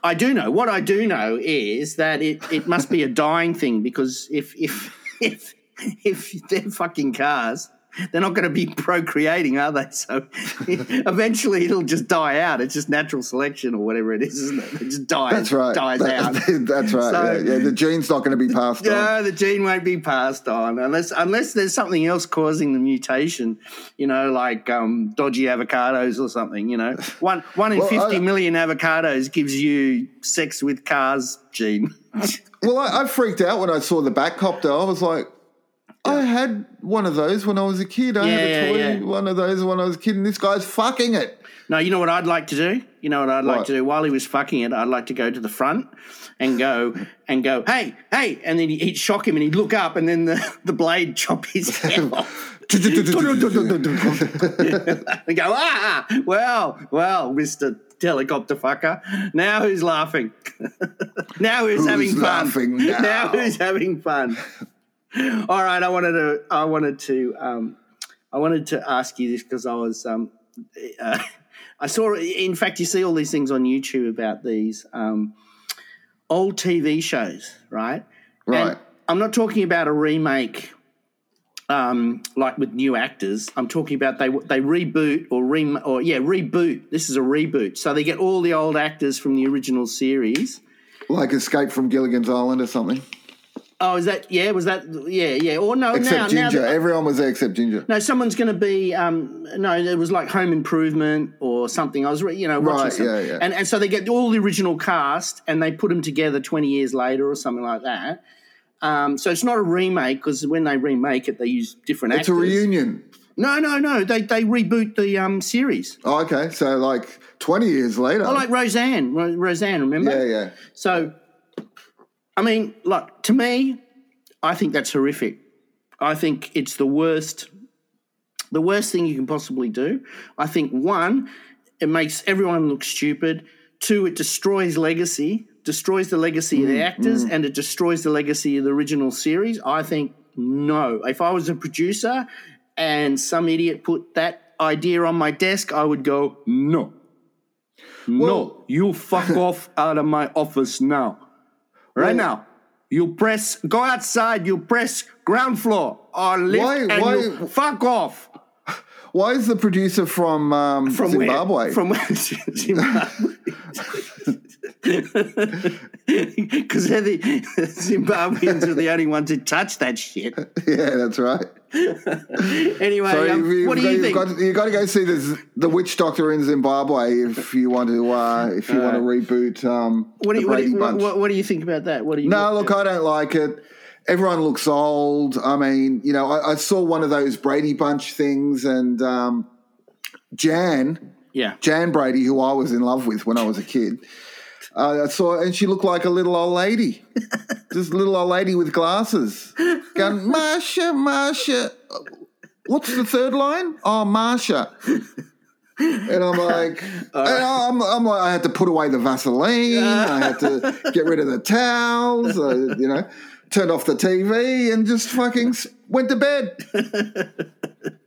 [SPEAKER 2] I do know. What I do know is that it it must be a dying thing because if if if if they're fucking cars. They're not going to be procreating, are they? So eventually it'll just die out. It's just natural selection or whatever it is, isn't it? It just dies,
[SPEAKER 1] that's right.
[SPEAKER 2] dies out.
[SPEAKER 1] That- that's right.
[SPEAKER 2] So-
[SPEAKER 1] yeah, yeah, the gene's not going to be passed on.
[SPEAKER 2] No, the gene won't be passed on unless unless there's something else causing the mutation. You know, like um, dodgy avocados or something. You know, one one in
[SPEAKER 1] Well, I-
[SPEAKER 2] fifty million avocados gives you sex with cars gene.
[SPEAKER 1] Well, I, I freaked out when I saw the Batcopter. I was like, I had one of those when I was a kid. I
[SPEAKER 2] Yeah,
[SPEAKER 1] had a toy,
[SPEAKER 2] yeah, yeah.
[SPEAKER 1] one of those when I was a kid, and this guy's fucking it.
[SPEAKER 2] No, you know what I'd like to do? You know what I'd like
[SPEAKER 1] What?
[SPEAKER 2] to do? While he was fucking it, I'd like to go to the front and go and go, hey, hey, and then he'd shock him and he'd look up and then the, the blade chop his head off. and go, ah, well, well, Mister Helicopter fucker. Now who's laughing? now who's,
[SPEAKER 1] Who's
[SPEAKER 2] having fun?
[SPEAKER 1] laughing now?
[SPEAKER 2] who's having fun? All right, I wanted to, I wanted to, um, I wanted to ask you this because I was, um, uh, I saw, in fact, you see all these things on YouTube about these um, old TV shows, right? And
[SPEAKER 1] right.
[SPEAKER 2] I'm not talking about a remake um, like with new actors. I'm talking about they they reboot or re or yeah reboot. This is a reboot, so they get all the old actors from the original series.
[SPEAKER 1] Like Escape from Gilligan's Island or something.
[SPEAKER 2] Oh, is that yeah? Was that yeah yeah? Or no,
[SPEAKER 1] Except
[SPEAKER 2] now now
[SPEAKER 1] Ginger.
[SPEAKER 2] that-
[SPEAKER 1] Everyone was there except Ginger.
[SPEAKER 2] no, someone's going to be um, no. It was like Home Improvement or something. I was re- you know watching
[SPEAKER 1] Right,
[SPEAKER 2] some-
[SPEAKER 1] yeah, yeah.
[SPEAKER 2] and and so they get all the original cast and they put them together twenty years later or something like that. Um, so it's not a remake because when they remake it, they use different
[SPEAKER 1] It's a
[SPEAKER 2] actors.
[SPEAKER 1] reunion.
[SPEAKER 2] No, no, no. They they reboot the um, series.
[SPEAKER 1] Oh, okay, so like 20 years later.
[SPEAKER 2] Oh, like Roseanne. Ro- Roseanne, remember?
[SPEAKER 1] yeah, yeah.
[SPEAKER 2] So, I mean, look, to me, I think that's horrific. I think it's the worst, the worst thing you can possibly do. I think one, it makes everyone look stupid. Two, it destroys legacy, destroys the legacy of the actors, and it destroys the legacy of the original series. I think no. If I was a producer and some idiot put that idea on my desk, I would go no.
[SPEAKER 1] Well-
[SPEAKER 2] no, you fuck off out of my office now.
[SPEAKER 1] Well-
[SPEAKER 2] Right now. You press, go outside, you press ground floor or lift
[SPEAKER 1] Why-
[SPEAKER 2] and
[SPEAKER 1] why-
[SPEAKER 2] you fuck off.
[SPEAKER 1] Why is the producer from, um,
[SPEAKER 2] From
[SPEAKER 1] Zimbabwe?
[SPEAKER 2] Where? From where? Zimbabwe. Because they're the Zimbabweans are the only ones who touch that shit.
[SPEAKER 1] yeah, that's right.
[SPEAKER 2] Anyway,
[SPEAKER 1] So
[SPEAKER 2] um,
[SPEAKER 1] you've,
[SPEAKER 2] what do you
[SPEAKER 1] you've
[SPEAKER 2] think?
[SPEAKER 1] got, You've got, to go see the, Z- the witch doctor in Zimbabwe if you want to uh, if you want to reboot um,
[SPEAKER 2] what, do
[SPEAKER 1] the
[SPEAKER 2] you, what, do
[SPEAKER 1] Brady
[SPEAKER 2] you- what,
[SPEAKER 1] Bunch.
[SPEAKER 2] what, what do you think about that? What do you?
[SPEAKER 1] no, look, I don't like it. Everyone looks old. I mean, you know, I, I saw one of those Brady Bunch things, and um, Jan
[SPEAKER 2] yeah,
[SPEAKER 1] Jan Brady, who I was in love with when I was a kid, uh, I saw, and she looked like a little old lady, just a little old lady with glasses, going, Marsha, Marsha. What's the third line? Oh, Marsha. And I'm like, and I'm, I'm like, I had to put away the Vaseline. I had to get rid of the towels. I, you know, turned off the TV and just fucking s- went to bed.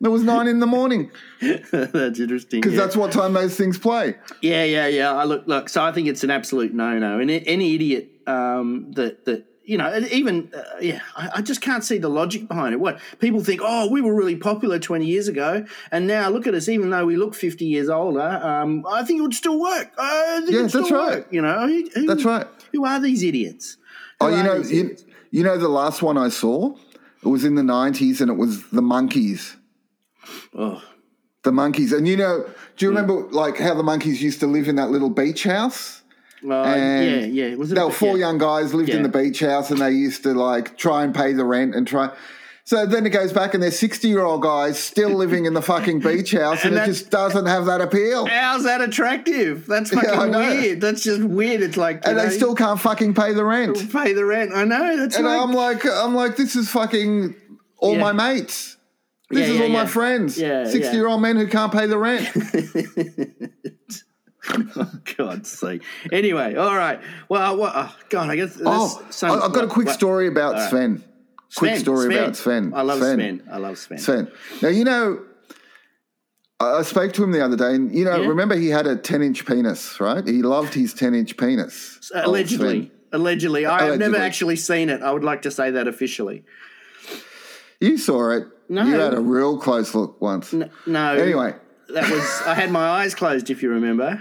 [SPEAKER 1] It was nine in the morning
[SPEAKER 2] that's interesting.
[SPEAKER 1] because
[SPEAKER 2] yeah.
[SPEAKER 1] that's what time those things play.
[SPEAKER 2] Yeah, yeah, yeah. I look, look. So I think it's an absolute no-no, and a- any idiot um, that that you know, and even uh, yeah, I, I just can't see the logic behind it. What people think, oh, we were really popular twenty years ago, and now look at us. Even though we look fifty years older, um, I think it would still work. I think
[SPEAKER 1] Yeah,
[SPEAKER 2] it'd still
[SPEAKER 1] that's right.
[SPEAKER 2] work, You know, Who- who-
[SPEAKER 1] That's right.
[SPEAKER 2] Who are these idiots?
[SPEAKER 1] Oh,
[SPEAKER 2] Who
[SPEAKER 1] you
[SPEAKER 2] are
[SPEAKER 1] know,
[SPEAKER 2] these
[SPEAKER 1] you,
[SPEAKER 2] idiots?
[SPEAKER 1] you know, the last one I saw, it was in the '90s, and it was the monkeys.
[SPEAKER 2] oh,
[SPEAKER 1] The monkeys, and you know, do you remember like how the monkeys used to live in that little beach house?
[SPEAKER 2] well,
[SPEAKER 1] And
[SPEAKER 2] yeah, yeah. Was it
[SPEAKER 1] There
[SPEAKER 2] a
[SPEAKER 1] were
[SPEAKER 2] bit-
[SPEAKER 1] four
[SPEAKER 2] yeah.
[SPEAKER 1] young guys lived in
[SPEAKER 2] Yeah.
[SPEAKER 1] the beach house, and they used to like try and pay the rent and try. So then it goes back, and they're sixty-year-old guys still living in the fucking beach house, and,
[SPEAKER 2] And
[SPEAKER 1] it
[SPEAKER 2] that-
[SPEAKER 1] just doesn't have that appeal.
[SPEAKER 2] How's that attractive? That's
[SPEAKER 1] Yeah, I
[SPEAKER 2] fucking
[SPEAKER 1] know.
[SPEAKER 2] weird. That's just weird. It's like you
[SPEAKER 1] And they
[SPEAKER 2] know,
[SPEAKER 1] still can't fucking pay the rent.
[SPEAKER 2] pay the rent. I know. That's
[SPEAKER 1] And
[SPEAKER 2] like,
[SPEAKER 1] I'm like, I'm like, this is fucking all
[SPEAKER 2] Yeah.
[SPEAKER 1] my mates. This
[SPEAKER 2] Yeah,
[SPEAKER 1] is
[SPEAKER 2] yeah,
[SPEAKER 1] all my
[SPEAKER 2] yeah.
[SPEAKER 1] friends.
[SPEAKER 2] Yeah, yeah.
[SPEAKER 1] Sixty year old men who can't pay the rent.
[SPEAKER 2] Oh, God's sake. Anyway, all right. Well, what, oh, God, I guess. This,
[SPEAKER 1] oh, I, have got a quick story about Sven. Quick story about Sven.
[SPEAKER 2] I love Sven. I love Sven.
[SPEAKER 1] Sven. Now you know, I I spoke to him the other day, and you know,
[SPEAKER 2] Yeah.
[SPEAKER 1] remember he had a ten-inch penis, right? He loved his ten-inch penis.
[SPEAKER 2] Uh,
[SPEAKER 1] old
[SPEAKER 2] Allegedly.
[SPEAKER 1] Oh, Sven.
[SPEAKER 2] Allegedly. I have never
[SPEAKER 1] Allegedly.
[SPEAKER 2] actually seen it. I would like to say that officially.
[SPEAKER 1] you saw it.
[SPEAKER 2] No.
[SPEAKER 1] you had a real close look once.
[SPEAKER 2] N- no.
[SPEAKER 1] Anyway,
[SPEAKER 2] That was, I had my eyes closed, if you remember.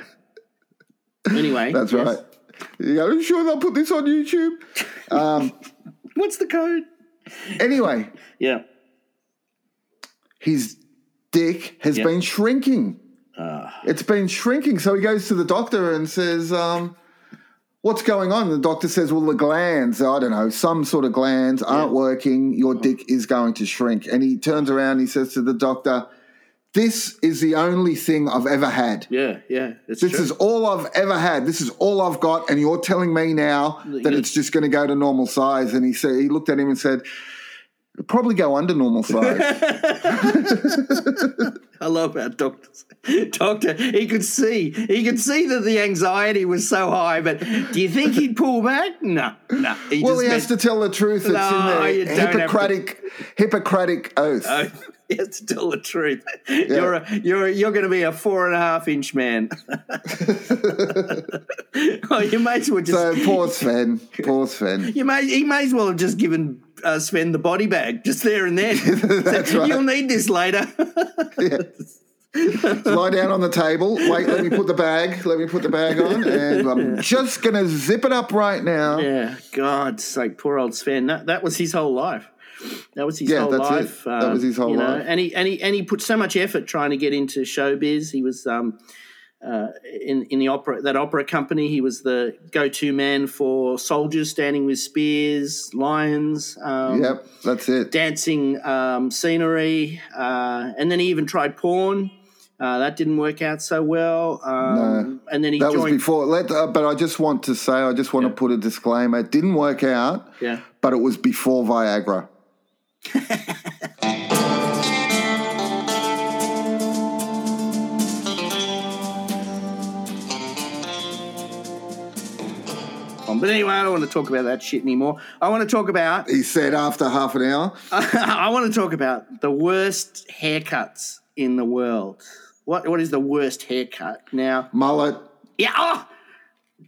[SPEAKER 2] Anyway.
[SPEAKER 1] that's
[SPEAKER 2] yes.
[SPEAKER 1] right. You go, Are you sure they'll put this on YouTube?
[SPEAKER 2] What's the code?
[SPEAKER 1] Anyway,
[SPEAKER 2] Yeah.
[SPEAKER 1] his dick has
[SPEAKER 2] Yep.
[SPEAKER 1] been shrinking.
[SPEAKER 2] Ah.
[SPEAKER 1] It's been shrinking. So he goes to the doctor and says, um, What's going on? The doctor says, Well, the glands, I don't know, some sort of glands aren't working. Your
[SPEAKER 2] Oh.
[SPEAKER 1] dick is going to shrink. And he turns around and he says to the doctor, This is the only thing I've ever had.
[SPEAKER 2] Yeah. Yeah. It's
[SPEAKER 1] This
[SPEAKER 2] true.
[SPEAKER 1] is all I've ever had. This is all I've got. And you're telling me now that
[SPEAKER 2] you-
[SPEAKER 1] it's just going to go to normal size. And he said, He looked at him and said, It'll probably go under normal size.
[SPEAKER 2] I love how doctors. Doctor, he could see, he could see that the anxiety was so high. But do you think he'd pull back? No, no. He
[SPEAKER 1] Well,
[SPEAKER 2] just
[SPEAKER 1] he has to tell the truth. It's
[SPEAKER 2] No, you
[SPEAKER 1] in
[SPEAKER 2] don't
[SPEAKER 1] the
[SPEAKER 2] have to.
[SPEAKER 1] Hippocratic, Hippocratic oath.
[SPEAKER 2] meant- You have to tell the truth. You're a, you're you're going to be a four and a half inch man. oh, you may as well just
[SPEAKER 1] So poor Sven, poor Sven.
[SPEAKER 2] You may he may as well have just given uh, Sven the body bag just there and then.
[SPEAKER 1] That's right.
[SPEAKER 2] You'll need this later.
[SPEAKER 1] Lie down on the table. Wait, let me put the bag. Let me put the bag on, and I'm just gonna zip it up right now.
[SPEAKER 2] yeah, God's sake, poor old Sven. That, that was his whole life. That was his
[SPEAKER 1] Yeah,
[SPEAKER 2] whole
[SPEAKER 1] that's it.
[SPEAKER 2] life. um,
[SPEAKER 1] That was his whole
[SPEAKER 2] you know,
[SPEAKER 1] life.
[SPEAKER 2] And he and he and he put so much effort trying to get into showbiz. He was um, uh, in in the opera that opera company. He was the go to man for soldiers standing with spears, lions. Um,
[SPEAKER 1] Yep, that's it.
[SPEAKER 2] dancing um, scenery, uh, and then he even tried porn. Uh, that didn't work out so well. Um, And then he
[SPEAKER 1] That was
[SPEAKER 2] joined.
[SPEAKER 1] before. Let, uh, but I just want to say, I just want to put a disclaimer. It didn't work out,
[SPEAKER 2] Yeah.
[SPEAKER 1] but it was before Viagra.
[SPEAKER 2] But anyway, I don't want to talk about that shit anymore. I want to talk about.
[SPEAKER 1] He said after half an hour.
[SPEAKER 2] Uh, I want to talk about the worst haircuts in the world. What What is the worst haircut now?
[SPEAKER 1] Mullet.
[SPEAKER 2] Yeah. Oh,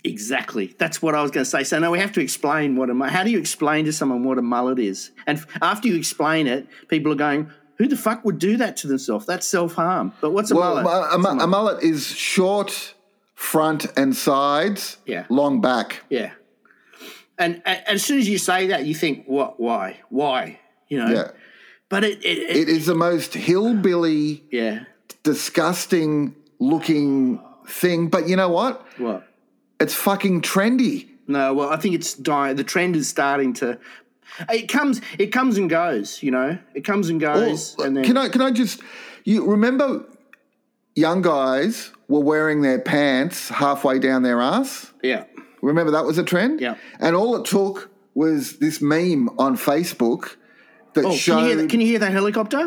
[SPEAKER 2] exactly. That's what I was going to say. So now we have to explain what a mu- how do you explain to someone what a mullet is? And f- after you explain it, people are going, "Who the fuck would do that to themselves? That's self harm." But what's a
[SPEAKER 1] Well,
[SPEAKER 2] mullet?
[SPEAKER 1] a, a, mu- a mullet is short front and sides.
[SPEAKER 2] Yeah.
[SPEAKER 1] Long back.
[SPEAKER 2] yeah. And, and as soon as you say that, you think, "What? Why? Why?" You know.
[SPEAKER 1] Yeah.
[SPEAKER 2] But it, it, it,
[SPEAKER 1] It is the most hillbilly,
[SPEAKER 2] yeah.
[SPEAKER 1] disgusting looking thing. But you know what?
[SPEAKER 2] What?
[SPEAKER 1] It's fucking trendy.
[SPEAKER 2] No, well, I think it's dying. The trend is starting to. It comes, it comes and goes. You know, it comes and goes,
[SPEAKER 1] Well,
[SPEAKER 2] and then
[SPEAKER 1] Oh, uh, can I can I just you remember young guys were wearing their pants halfway down their ass?
[SPEAKER 2] yeah,
[SPEAKER 1] Remember that was a trend?
[SPEAKER 2] Yeah.
[SPEAKER 1] And all it took was this meme on Facebook that
[SPEAKER 2] Oh,
[SPEAKER 1] showed
[SPEAKER 2] can you, hear that, can you hear that helicopter?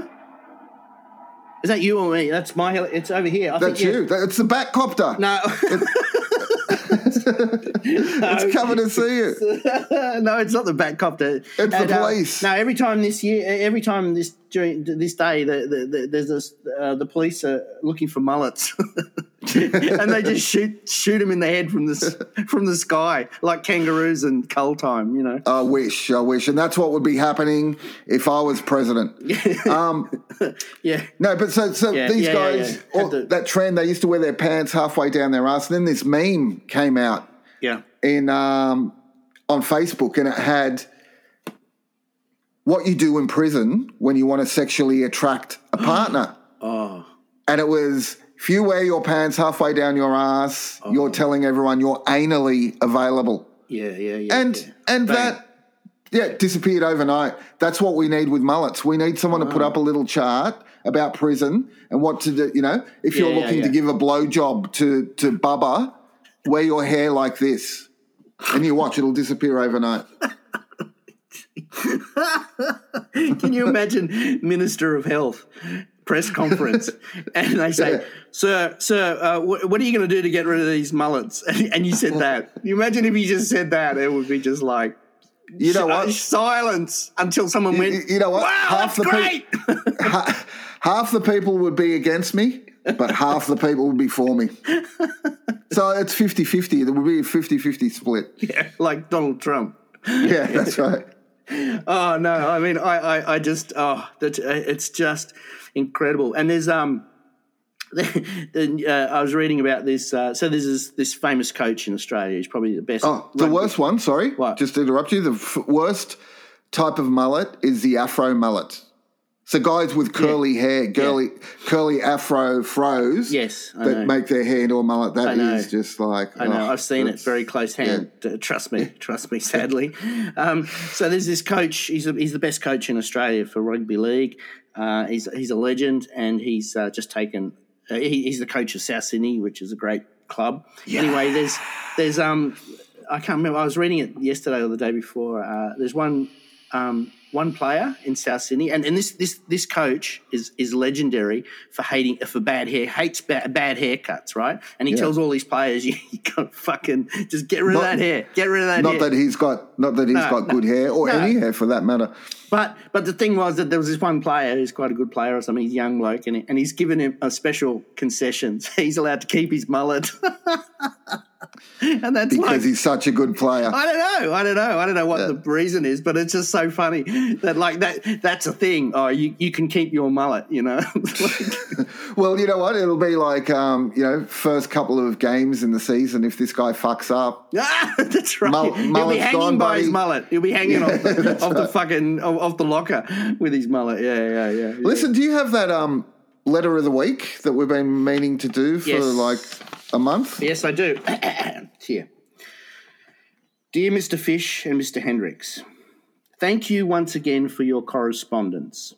[SPEAKER 2] Is that you or me? That's my heli- It's over here. I
[SPEAKER 1] that's
[SPEAKER 2] think, yeah.
[SPEAKER 1] you. That- It's the back copter.
[SPEAKER 2] No,
[SPEAKER 1] It's coming to see you.
[SPEAKER 2] no, it's not the back copter. It's
[SPEAKER 1] the police.
[SPEAKER 2] now, every time this year, e, every time this during this day, the, the, the, there's this, uh, the police are looking for mullets, and they just shoot shoot them in the head from the s- from the sky like kangaroos in cull time. You know,
[SPEAKER 1] I wish, I wish. And that's what would be happening if I was president. um,
[SPEAKER 2] yeah.
[SPEAKER 1] no, but so, so
[SPEAKER 2] Yeah,
[SPEAKER 1] these
[SPEAKER 2] yeah, yeah,
[SPEAKER 1] guys,
[SPEAKER 2] yeah.
[SPEAKER 1] all-
[SPEAKER 2] Had the-
[SPEAKER 1] that trend, they used to wear their pants halfway down their ass. And then this meme came out
[SPEAKER 2] Yeah.
[SPEAKER 1] in um, on Facebook, and it had what you do in prison when you want to sexually attract a partner.
[SPEAKER 2] Oh.
[SPEAKER 1] and it was if you wear your pants halfway down your ass,
[SPEAKER 2] Oh.
[SPEAKER 1] you're telling everyone you're anally available,
[SPEAKER 2] Yeah. Yeah. Yeah.
[SPEAKER 1] and
[SPEAKER 2] yeah.
[SPEAKER 1] and
[SPEAKER 2] Bang.
[SPEAKER 1] that. Yeah, disappeared overnight. That's what we need with mullets. We need someone
[SPEAKER 2] Uh-huh.
[SPEAKER 1] to put up a little chart about prison and what to do. You know, if
[SPEAKER 2] Yeah,
[SPEAKER 1] you're
[SPEAKER 2] yeah,
[SPEAKER 1] looking to
[SPEAKER 2] yeah.
[SPEAKER 1] give a blowjob to to Bubba, wear your hair like this, and you watch it'll disappear overnight.
[SPEAKER 2] Can you imagine Minister of Health press conference and they say, "Sir, sir, uh, wh- what are you going to do to get rid of these mullets?" And, and you said that. You imagine if you just said that, it would be just like
[SPEAKER 1] You know
[SPEAKER 2] uh,
[SPEAKER 1] what?
[SPEAKER 2] silence until someone went,
[SPEAKER 1] you- you know what?
[SPEAKER 2] Wow,
[SPEAKER 1] Half
[SPEAKER 2] that's
[SPEAKER 1] the
[SPEAKER 2] great."
[SPEAKER 1] peop- Ha- half the people would be against me, but half the people would be for me. So it's 50 50. There would be a 50 50 split.
[SPEAKER 2] like Donald Trump.
[SPEAKER 1] Yeah, that's right.
[SPEAKER 2] Oh no! I mean, I, I, I just, oh, that it's just incredible. And there's um, the, uh, I was reading about this. Uh, so there's this, this famous coach in Australia. He's probably the best.
[SPEAKER 1] Oh, the
[SPEAKER 2] rugby-
[SPEAKER 1] worst one, sorry.
[SPEAKER 2] What?
[SPEAKER 1] Just to interrupt you. The f- worst type of mullet is the afro mullet. So guys with curly hair, curly, curly afro froze
[SPEAKER 2] Yes, I
[SPEAKER 1] that
[SPEAKER 2] know.
[SPEAKER 1] make their hair into a mullet. That
[SPEAKER 2] know.
[SPEAKER 1] is just like. oh,
[SPEAKER 2] I know. I've seen it very close hand. Uh, Trust me. Trust me. Sadly, um, so there's this coach. He's a, he's the best coach in Australia for rugby league. Uh, he's he's a legend, and he's uh, just taken. Uh, he, he's the coach of South Sydney, which is a great club. Anyway, there's there's um I can't remember. I was reading it yesterday or the day before. Uh, there's one um, one player in South Sydney, and, and this this this coach is is legendary for hating for bad hair, hates ba- bad haircuts, right? And he
[SPEAKER 1] Yeah.
[SPEAKER 2] tells all his players, you, you got fucking just get rid of
[SPEAKER 1] Not-
[SPEAKER 2] that hair, get rid of that
[SPEAKER 1] Not
[SPEAKER 2] hair.
[SPEAKER 1] that he's got, not that he's
[SPEAKER 2] No,
[SPEAKER 1] got
[SPEAKER 2] no.
[SPEAKER 1] good hair or
[SPEAKER 2] No.
[SPEAKER 1] any hair for that matter.
[SPEAKER 2] But but the thing was that there was this one player who's quite a good player or something, he's a young bloke, and, he- and he's given him a special concessions. He's allowed to keep his mullet, and that's
[SPEAKER 1] because
[SPEAKER 2] like.
[SPEAKER 1] he's such a good player.
[SPEAKER 2] I don't know. I don't know. I don't know what
[SPEAKER 1] Yeah.
[SPEAKER 2] the reason is, but it's just so funny that like that that's a thing. Oh, you, you can keep your mullet, you know.
[SPEAKER 1] Well, you know what? It'll be like um, you know, first couple of games in the season. If this guy fucks up,
[SPEAKER 2] ah, that's right.
[SPEAKER 1] Mul-
[SPEAKER 2] He'll be
[SPEAKER 1] mullet's
[SPEAKER 2] hanging
[SPEAKER 1] gone,
[SPEAKER 2] by
[SPEAKER 1] buddy.
[SPEAKER 2] his mullet. He'll be hanging off, the,
[SPEAKER 1] that's
[SPEAKER 2] off the fucking off, off the locker with his mullet. Yeah, yeah, yeah. yeah.
[SPEAKER 1] listen. Do you have that um letter of the week that we've been meaning to do for
[SPEAKER 2] Yes.
[SPEAKER 1] like a month?
[SPEAKER 2] Yes, I do. It's Here. Dear Mr. Fish and Mr. Hendricks, thank you once again for your correspondence.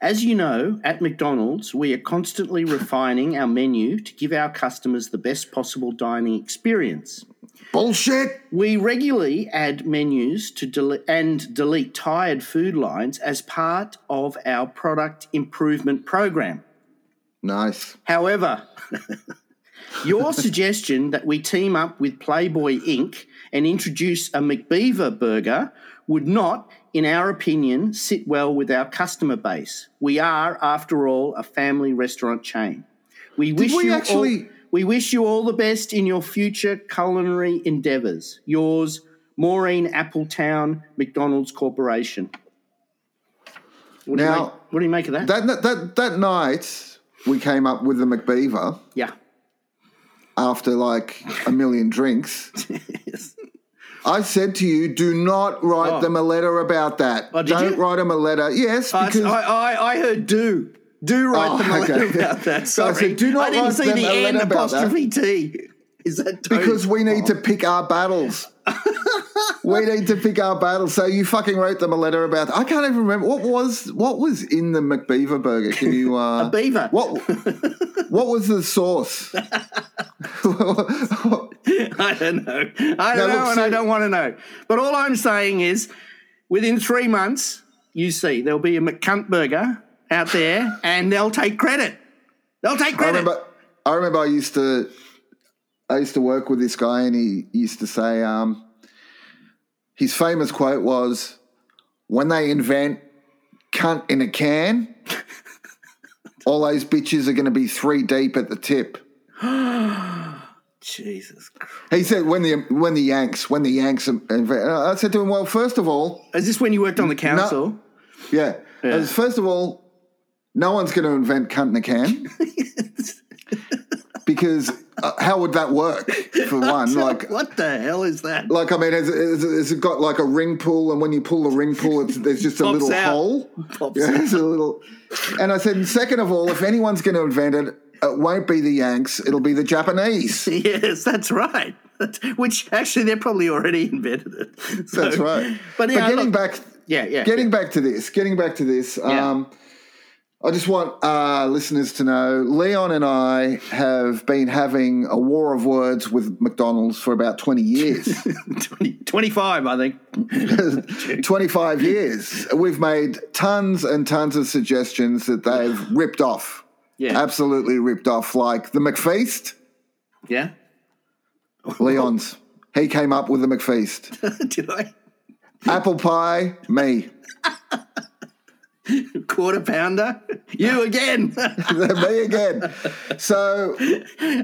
[SPEAKER 2] As you know, at McDonald's, we are constantly refining our menu to give our customers the best possible dining experience.
[SPEAKER 1] Bullshit.
[SPEAKER 2] We regularly add menus to dele- and delete tired food lines as part of our product improvement program.
[SPEAKER 1] Nice.
[SPEAKER 2] However, your suggestion that we team up with Playboy Inc. and introduce a McBeaver burger would not, in our opinion, sit well with our customer base. We are, after all, a family restaurant chain. We wish
[SPEAKER 1] we
[SPEAKER 2] you
[SPEAKER 1] actually-
[SPEAKER 2] all, we wish you all the best in your future culinary endeavours. Yours, Maureen Appletown McDonald's Corporation. What do you
[SPEAKER 1] Now-
[SPEAKER 2] make- what do you make of that?
[SPEAKER 1] That that that, that night we came up with the McBeaver
[SPEAKER 2] yeah.
[SPEAKER 1] after like a million drinks.
[SPEAKER 2] Yes.
[SPEAKER 1] I said to you, do not write
[SPEAKER 2] Oh.
[SPEAKER 1] them a letter about that.
[SPEAKER 2] Oh, did
[SPEAKER 1] Don't
[SPEAKER 2] you? Oh,
[SPEAKER 1] write them a letter. Yes,
[SPEAKER 2] I,
[SPEAKER 1] because
[SPEAKER 2] I, I- I heard do. Do write
[SPEAKER 1] Oh,
[SPEAKER 2] them a letter
[SPEAKER 1] okay.
[SPEAKER 2] about that.
[SPEAKER 1] So I
[SPEAKER 2] Sorry.
[SPEAKER 1] said, do not
[SPEAKER 2] I didn't
[SPEAKER 1] write
[SPEAKER 2] see
[SPEAKER 1] them
[SPEAKER 2] the
[SPEAKER 1] a letter
[SPEAKER 2] N
[SPEAKER 1] about that.
[SPEAKER 2] apostrophe T. Is that Tony?
[SPEAKER 1] because we need to
[SPEAKER 2] Oh.
[SPEAKER 1] pick our battles. we need to pick our battles. So you fucking wrote them a letter about. I can't even remember what was what was in the McBeaver burger. Can you? Uh,
[SPEAKER 2] A beaver.
[SPEAKER 1] What What was the sauce?
[SPEAKER 2] I don't know. I
[SPEAKER 1] No,
[SPEAKER 2] don't know,
[SPEAKER 1] look,
[SPEAKER 2] and
[SPEAKER 1] so-
[SPEAKER 2] I don't want to know. But all I'm saying is, within three months, you see, there'll be a McCunt burger out there, and they'll take credit. They'll take
[SPEAKER 1] I
[SPEAKER 2] credit.
[SPEAKER 1] remember. I remember. I used to. I used to work with this guy, and he used to say, um, his famous quote was, "When they invent cunt in a can, all those bitches are going to be three deep at the tip."
[SPEAKER 2] Jesus Christ.
[SPEAKER 1] He said, "When the when the Yanks, when the Yanks." Invent, I said to him, "Well, first of all,
[SPEAKER 2] Is this when you worked on the council?
[SPEAKER 1] yeah,
[SPEAKER 2] Yeah.
[SPEAKER 1] As- first of all, no one's going to invent cunt in a can." Because uh, how would that work? For one, like
[SPEAKER 2] what the hell is that?
[SPEAKER 1] Like I mean, has, has, has it got like a ring pull? And when you pull the ring pull, it's, there's just a
[SPEAKER 2] Pops
[SPEAKER 1] little
[SPEAKER 2] out.
[SPEAKER 1] hole.
[SPEAKER 2] Pops
[SPEAKER 1] Yeah, it's a little. And I said, and second of all, if anyone's going to invent it, it won't be the Yanks. It'll be the Japanese.
[SPEAKER 2] Yes, that's right. That's, which actually, they probably already invented it. So-
[SPEAKER 1] That's right.
[SPEAKER 2] But, yeah,
[SPEAKER 1] getting
[SPEAKER 2] look-
[SPEAKER 1] back,
[SPEAKER 2] yeah, yeah,
[SPEAKER 1] getting back to this, getting back to this.
[SPEAKER 2] Yeah.
[SPEAKER 1] Um, I just want uh, listeners to know Leon and I have been having a war of words with McDonald's for about 20 years.
[SPEAKER 2] 20, 25, I think.
[SPEAKER 1] 25 years. We've made tons and tons of suggestions that they've ripped off.
[SPEAKER 2] Yeah,
[SPEAKER 1] Absolutely ripped off. Like the McFeast,
[SPEAKER 2] yeah.
[SPEAKER 1] Leon's. He came up with the McFeast.
[SPEAKER 2] Did I
[SPEAKER 1] Apple pie, me.
[SPEAKER 2] quarter pounder? You again?
[SPEAKER 1] me again. So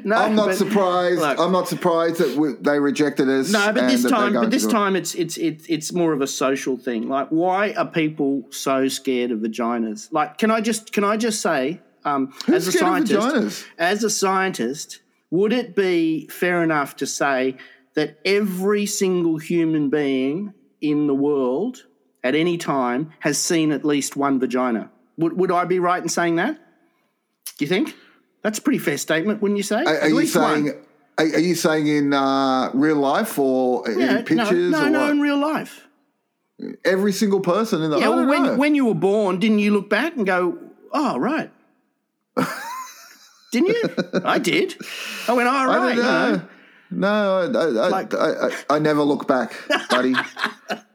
[SPEAKER 2] no,
[SPEAKER 1] I'm not
[SPEAKER 2] but-
[SPEAKER 1] surprised.
[SPEAKER 2] look.
[SPEAKER 1] I'm not surprised that we, they rejected us.
[SPEAKER 2] No, but
[SPEAKER 1] and
[SPEAKER 2] this
[SPEAKER 1] that they're
[SPEAKER 2] time,
[SPEAKER 1] going
[SPEAKER 2] but this
[SPEAKER 1] to-
[SPEAKER 2] time, it's it's it's it's more of a social thing. Like, why are people so scared of vaginas? Like, can I just can I just say, um, as a
[SPEAKER 1] scared of
[SPEAKER 2] scientist,
[SPEAKER 1] vaginas?
[SPEAKER 2] as a scientist, would it be fair enough to say that every single human being in the world at any time has seen at least one vagina? Would would I be right in saying that? Do you think? That's a pretty fair statement, wouldn't you say?
[SPEAKER 1] Are, are
[SPEAKER 2] at
[SPEAKER 1] you
[SPEAKER 2] least
[SPEAKER 1] saying?
[SPEAKER 2] one.
[SPEAKER 1] Are, are you saying in uh, real life or
[SPEAKER 2] Yeah,
[SPEAKER 1] in pictures?
[SPEAKER 2] no, no,
[SPEAKER 1] or
[SPEAKER 2] no,
[SPEAKER 1] what?
[SPEAKER 2] in real life.
[SPEAKER 1] Every single person in the.
[SPEAKER 2] Yeah,
[SPEAKER 1] I
[SPEAKER 2] well,
[SPEAKER 1] don't
[SPEAKER 2] when,
[SPEAKER 1] know.
[SPEAKER 2] when you were born, didn't you look back and go, oh, right? didn't you? I did. I went, oh, right.
[SPEAKER 1] I don't
[SPEAKER 2] you know.
[SPEAKER 1] know. No, I, I,
[SPEAKER 2] Like-
[SPEAKER 1] I, I, I never look back, buddy.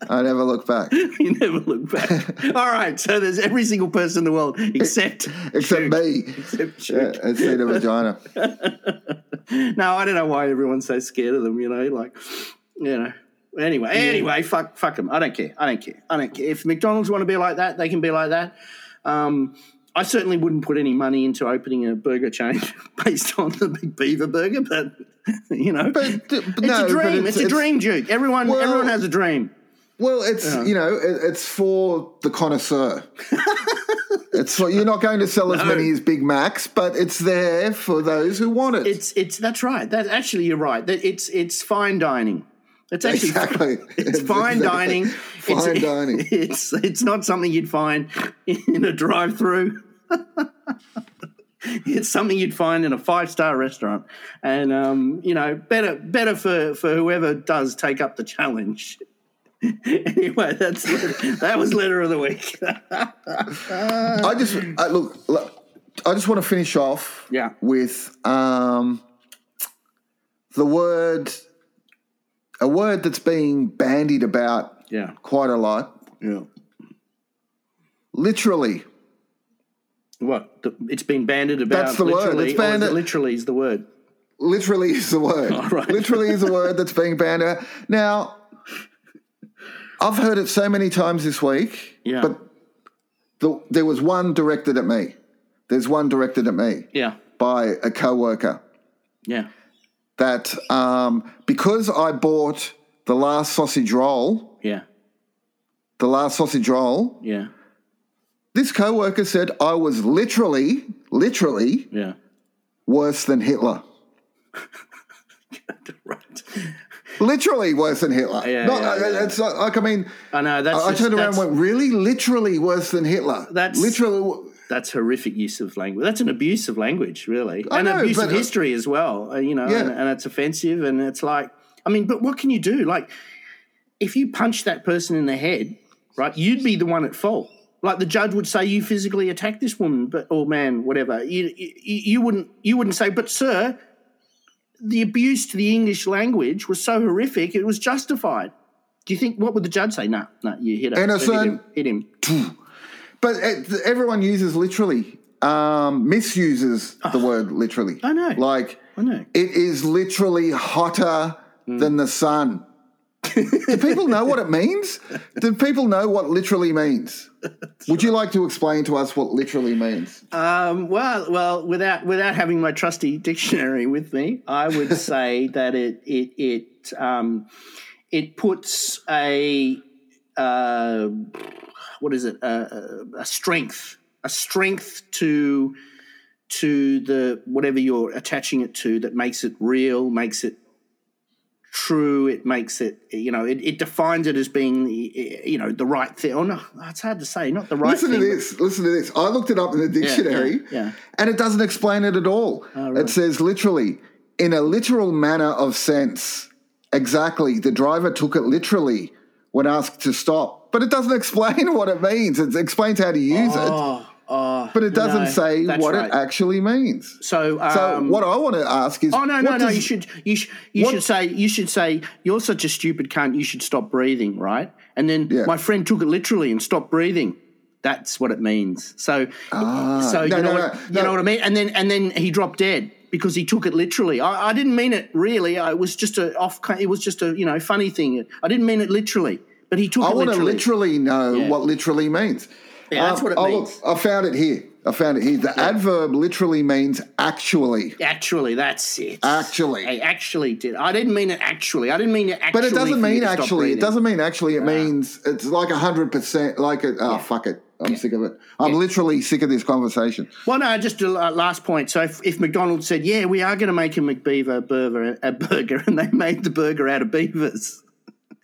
[SPEAKER 1] I never look back.
[SPEAKER 2] You never look back. All right, so there's every single person in the world except
[SPEAKER 1] Except me.
[SPEAKER 2] except Duke.
[SPEAKER 1] Yeah, it's in a vagina.
[SPEAKER 2] No, I don't know why everyone's so scared of them. You know, like you know. Anyway, anyway, fuck, fuck them. I don't care. I don't care. I don't care. If McDonald's want to be like that, they can be like that. Um, I certainly wouldn't put any money into opening a burger chain based on the Big Beaver burger, but you know,
[SPEAKER 1] But, d- but
[SPEAKER 2] it's
[SPEAKER 1] no,
[SPEAKER 2] a
[SPEAKER 1] but
[SPEAKER 2] dream. It's, a dream, Duke. Everyone,
[SPEAKER 1] Well-
[SPEAKER 2] everyone has a dream.
[SPEAKER 1] Well, it's you know, it, it's for the connoisseur. it's for, you're not going to sell as many as Big Macs, but it's there for those who want it.
[SPEAKER 2] It's it's that's right. That actually, you're right. That it's it's fine dining. It's actually
[SPEAKER 1] exactly.
[SPEAKER 2] It's fine
[SPEAKER 1] exactly.
[SPEAKER 2] dining.
[SPEAKER 1] Fine
[SPEAKER 2] it's,
[SPEAKER 1] dining.
[SPEAKER 2] It's it's not something you'd find in a drive-through. it's something you'd find in a five-star restaurant, and um, you know, better better for for whoever does take up the challenge. anyway, that's that was letter of the week.
[SPEAKER 1] I just I, look, look. I just want to finish off
[SPEAKER 2] Yeah.
[SPEAKER 1] with um, the word, a word that's being bandied about
[SPEAKER 2] yeah,
[SPEAKER 1] quite a lot.
[SPEAKER 2] yeah.
[SPEAKER 1] Literally,
[SPEAKER 2] What The- it's been banded about?
[SPEAKER 1] That's the word.
[SPEAKER 2] literally,
[SPEAKER 1] It's
[SPEAKER 2] or is it
[SPEAKER 1] banded-
[SPEAKER 2] Literally is the word.
[SPEAKER 1] literally is the word.
[SPEAKER 2] right.
[SPEAKER 1] Literally is a word that's being banned. out. Now, I've heard it so many times this week,
[SPEAKER 2] Yeah.
[SPEAKER 1] but the, there was one directed at me. There's one directed at me
[SPEAKER 2] Yeah,
[SPEAKER 1] by a coworker
[SPEAKER 2] yeah.
[SPEAKER 1] that um, because I bought the last sausage roll,
[SPEAKER 2] Yeah,
[SPEAKER 1] the last sausage roll,
[SPEAKER 2] yeah,
[SPEAKER 1] this coworker said I was literally, literally
[SPEAKER 2] yeah.
[SPEAKER 1] worse than Hitler.
[SPEAKER 2] Right.
[SPEAKER 1] Literally worse than Hitler.
[SPEAKER 2] Yeah,
[SPEAKER 1] Not- uh,
[SPEAKER 2] yeah, yeah.
[SPEAKER 1] It's like, like I mean,
[SPEAKER 2] I know that's.
[SPEAKER 1] I, I
[SPEAKER 2] just-
[SPEAKER 1] turned around
[SPEAKER 2] that's-
[SPEAKER 1] and went, really? Literally worse than Hitler?
[SPEAKER 2] That's-
[SPEAKER 1] Literally. w-
[SPEAKER 2] that's horrific use of language. That's an abuse of language, really,
[SPEAKER 1] I
[SPEAKER 2] and
[SPEAKER 1] know,
[SPEAKER 2] abuse of
[SPEAKER 1] but, uh,
[SPEAKER 2] history as well. uh, You know,
[SPEAKER 1] Yeah.
[SPEAKER 2] and, and it's offensive, and it's like, I mean, but what can you do? Like, if you punch that person in the head, right, you'd be the one at fault. Like the judge would say, you physically attacked this woman, but or man, whatever. You you, you wouldn't you wouldn't say, but sir, the abuse to the English language was so horrific, it was justified. Do you think what would the judge say? No, no, you hit her. Hit
[SPEAKER 1] Innocent.
[SPEAKER 2] him. Hit him.
[SPEAKER 1] But it, everyone uses literally, um, misuses the word literally.
[SPEAKER 2] I know.
[SPEAKER 1] Like,
[SPEAKER 2] I know.
[SPEAKER 1] it is literally hotter
[SPEAKER 2] Hmm.
[SPEAKER 1] than the sun. Do people know what it means? Do people know what literally means? Would you like to explain to us what literally means?
[SPEAKER 2] Um, well, well, without without having my trusty dictionary with me, I would say that it it it um, it puts a uh, what is it a, a, a strength a strength to to the whatever you're attaching it to that makes it real, makes it true. It makes it you know it, it defines it as being you know the right thing. Oh no, it's hard to say, not the right
[SPEAKER 1] Listen to
[SPEAKER 2] thing. but-
[SPEAKER 1] this. Listen to this. I looked it up in the dictionary.
[SPEAKER 2] yeah. Oh,
[SPEAKER 1] And it doesn't explain it at all. It says literally, in a literal manner of sense. Exactly. The driver took it literally when asked to stop. But it doesn't explain what it means. It explains how to use
[SPEAKER 2] Oh, oh,
[SPEAKER 1] it, but it doesn't
[SPEAKER 2] no,
[SPEAKER 1] say
[SPEAKER 2] that's
[SPEAKER 1] what
[SPEAKER 2] right.
[SPEAKER 1] it actually means.
[SPEAKER 2] So, um,
[SPEAKER 1] So what I want to ask is
[SPEAKER 2] Oh no,
[SPEAKER 1] what
[SPEAKER 2] no, no!
[SPEAKER 1] does-
[SPEAKER 2] you should, you, sh- you
[SPEAKER 1] what-
[SPEAKER 2] should say, you should say, you're such a stupid cunt. You should stop breathing, right? And then
[SPEAKER 1] Yeah.
[SPEAKER 2] my friend took it literally and stopped breathing. That's what it means. So, so
[SPEAKER 1] Ah. No,
[SPEAKER 2] you know,
[SPEAKER 1] no,
[SPEAKER 2] what,
[SPEAKER 1] no,
[SPEAKER 2] you
[SPEAKER 1] no.
[SPEAKER 2] know what I mean. And then, and then he dropped dead because he took it literally. I, I didn't mean it really. I, it was just a off. It was just a you know funny thing. I didn't mean it literally, but he took
[SPEAKER 1] I
[SPEAKER 2] it
[SPEAKER 1] want to
[SPEAKER 2] literally.
[SPEAKER 1] literally know what literally means.
[SPEAKER 2] Yeah, that's what it
[SPEAKER 1] oh,
[SPEAKER 2] means.
[SPEAKER 1] Look, I found it here. I found it here. The adverb literally means actually.
[SPEAKER 2] Actually, that's it.
[SPEAKER 1] Actually.
[SPEAKER 2] I actually did. I didn't mean it actually. I didn't mean it actually.
[SPEAKER 1] But it doesn't
[SPEAKER 2] for you
[SPEAKER 1] mean
[SPEAKER 2] to stop
[SPEAKER 1] actually. It
[SPEAKER 2] breathing.
[SPEAKER 1] doesn't mean actually. It means it's like hundred percent. Like it. Oh fuck it. I'm sick of it. I'm literally sick of this conversation.
[SPEAKER 2] Well, no, just a la- last point. So if, if McDonald's said, yeah, we are going to make a McBeaver burger, a burger, and they made the burger out of beavers.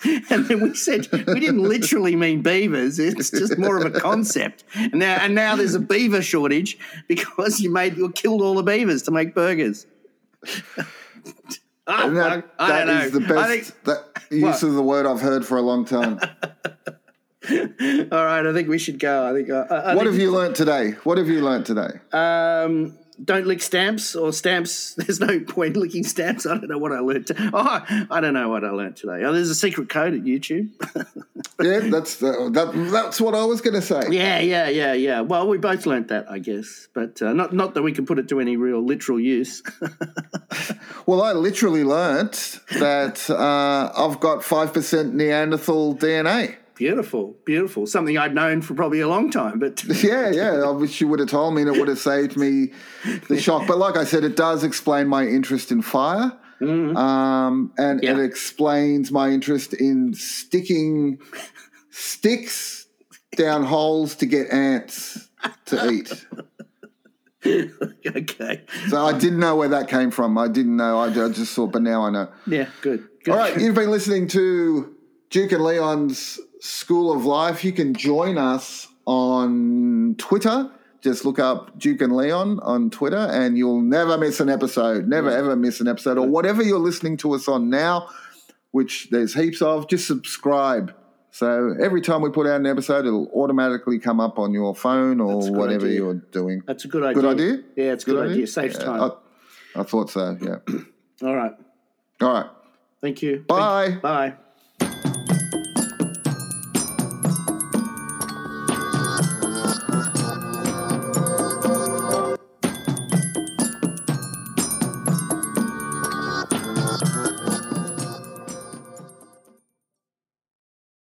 [SPEAKER 2] And then we said we didn't literally mean beavers; it's just more of a concept. And now, and now there's a beaver shortage because you made you killed all the beavers to make burgers. Ah,
[SPEAKER 1] And that,
[SPEAKER 2] fuck, I
[SPEAKER 1] that
[SPEAKER 2] don't know.
[SPEAKER 1] is the
[SPEAKER 2] I
[SPEAKER 1] best
[SPEAKER 2] think-
[SPEAKER 1] that use of the word I've heard for a long time.
[SPEAKER 2] all right, I think we should go. I think. Uh, I, I
[SPEAKER 1] what
[SPEAKER 2] think-
[SPEAKER 1] have you learnt today? What have you learnt today?
[SPEAKER 2] Um, don't lick stamps or stamps. There's no point licking stamps. I don't know what I learned. Oh, I don't know what I learned today. Oh, there's a secret code at YouTube.
[SPEAKER 1] Yeah, that's the, that, that's what I was going to say.
[SPEAKER 2] yeah, yeah, yeah, yeah. Well, we both learnt that, I guess, but uh, not not that we can put it to any real literal use.
[SPEAKER 1] Well, I literally learnt that uh, I've got 5% Neanderthal DNA.
[SPEAKER 2] beautiful, beautiful. Something I'd known for probably a long time, but
[SPEAKER 1] Yeah, yeah. I wish you would have told me and it would have saved me the shock. But like I said, it does explain my interest in fire. Um, and
[SPEAKER 2] Yeah.
[SPEAKER 1] it explains my interest in sticking sticks down holes to get ants to eat.
[SPEAKER 2] okay,
[SPEAKER 1] So I didn't know where that came from. I didn't know. I, I just saw, but now I know.
[SPEAKER 2] yeah, good. good.
[SPEAKER 1] All right, you've been listening to Duke and Leon's School of Life. You can join us on Twitter. Just look up Duke and Leon on Twitter, and you'll never miss an episode. Never ever miss an episode, or whatever you're listening to us on now, which there's heaps of. Just subscribe. So every time we put out an episode, it'll automatically come up on your phone
[SPEAKER 2] That's
[SPEAKER 1] or
[SPEAKER 2] a good
[SPEAKER 1] whatever
[SPEAKER 2] idea.
[SPEAKER 1] you're doing.
[SPEAKER 2] That's a good idea.
[SPEAKER 1] Good idea?
[SPEAKER 2] Yeah, it's a good, idea. Saves
[SPEAKER 1] Yeah,
[SPEAKER 2] time.
[SPEAKER 1] I, I thought so. Yeah.
[SPEAKER 2] All right.
[SPEAKER 1] All right.
[SPEAKER 2] Thank you.
[SPEAKER 1] Bye.
[SPEAKER 2] Thank- Bye.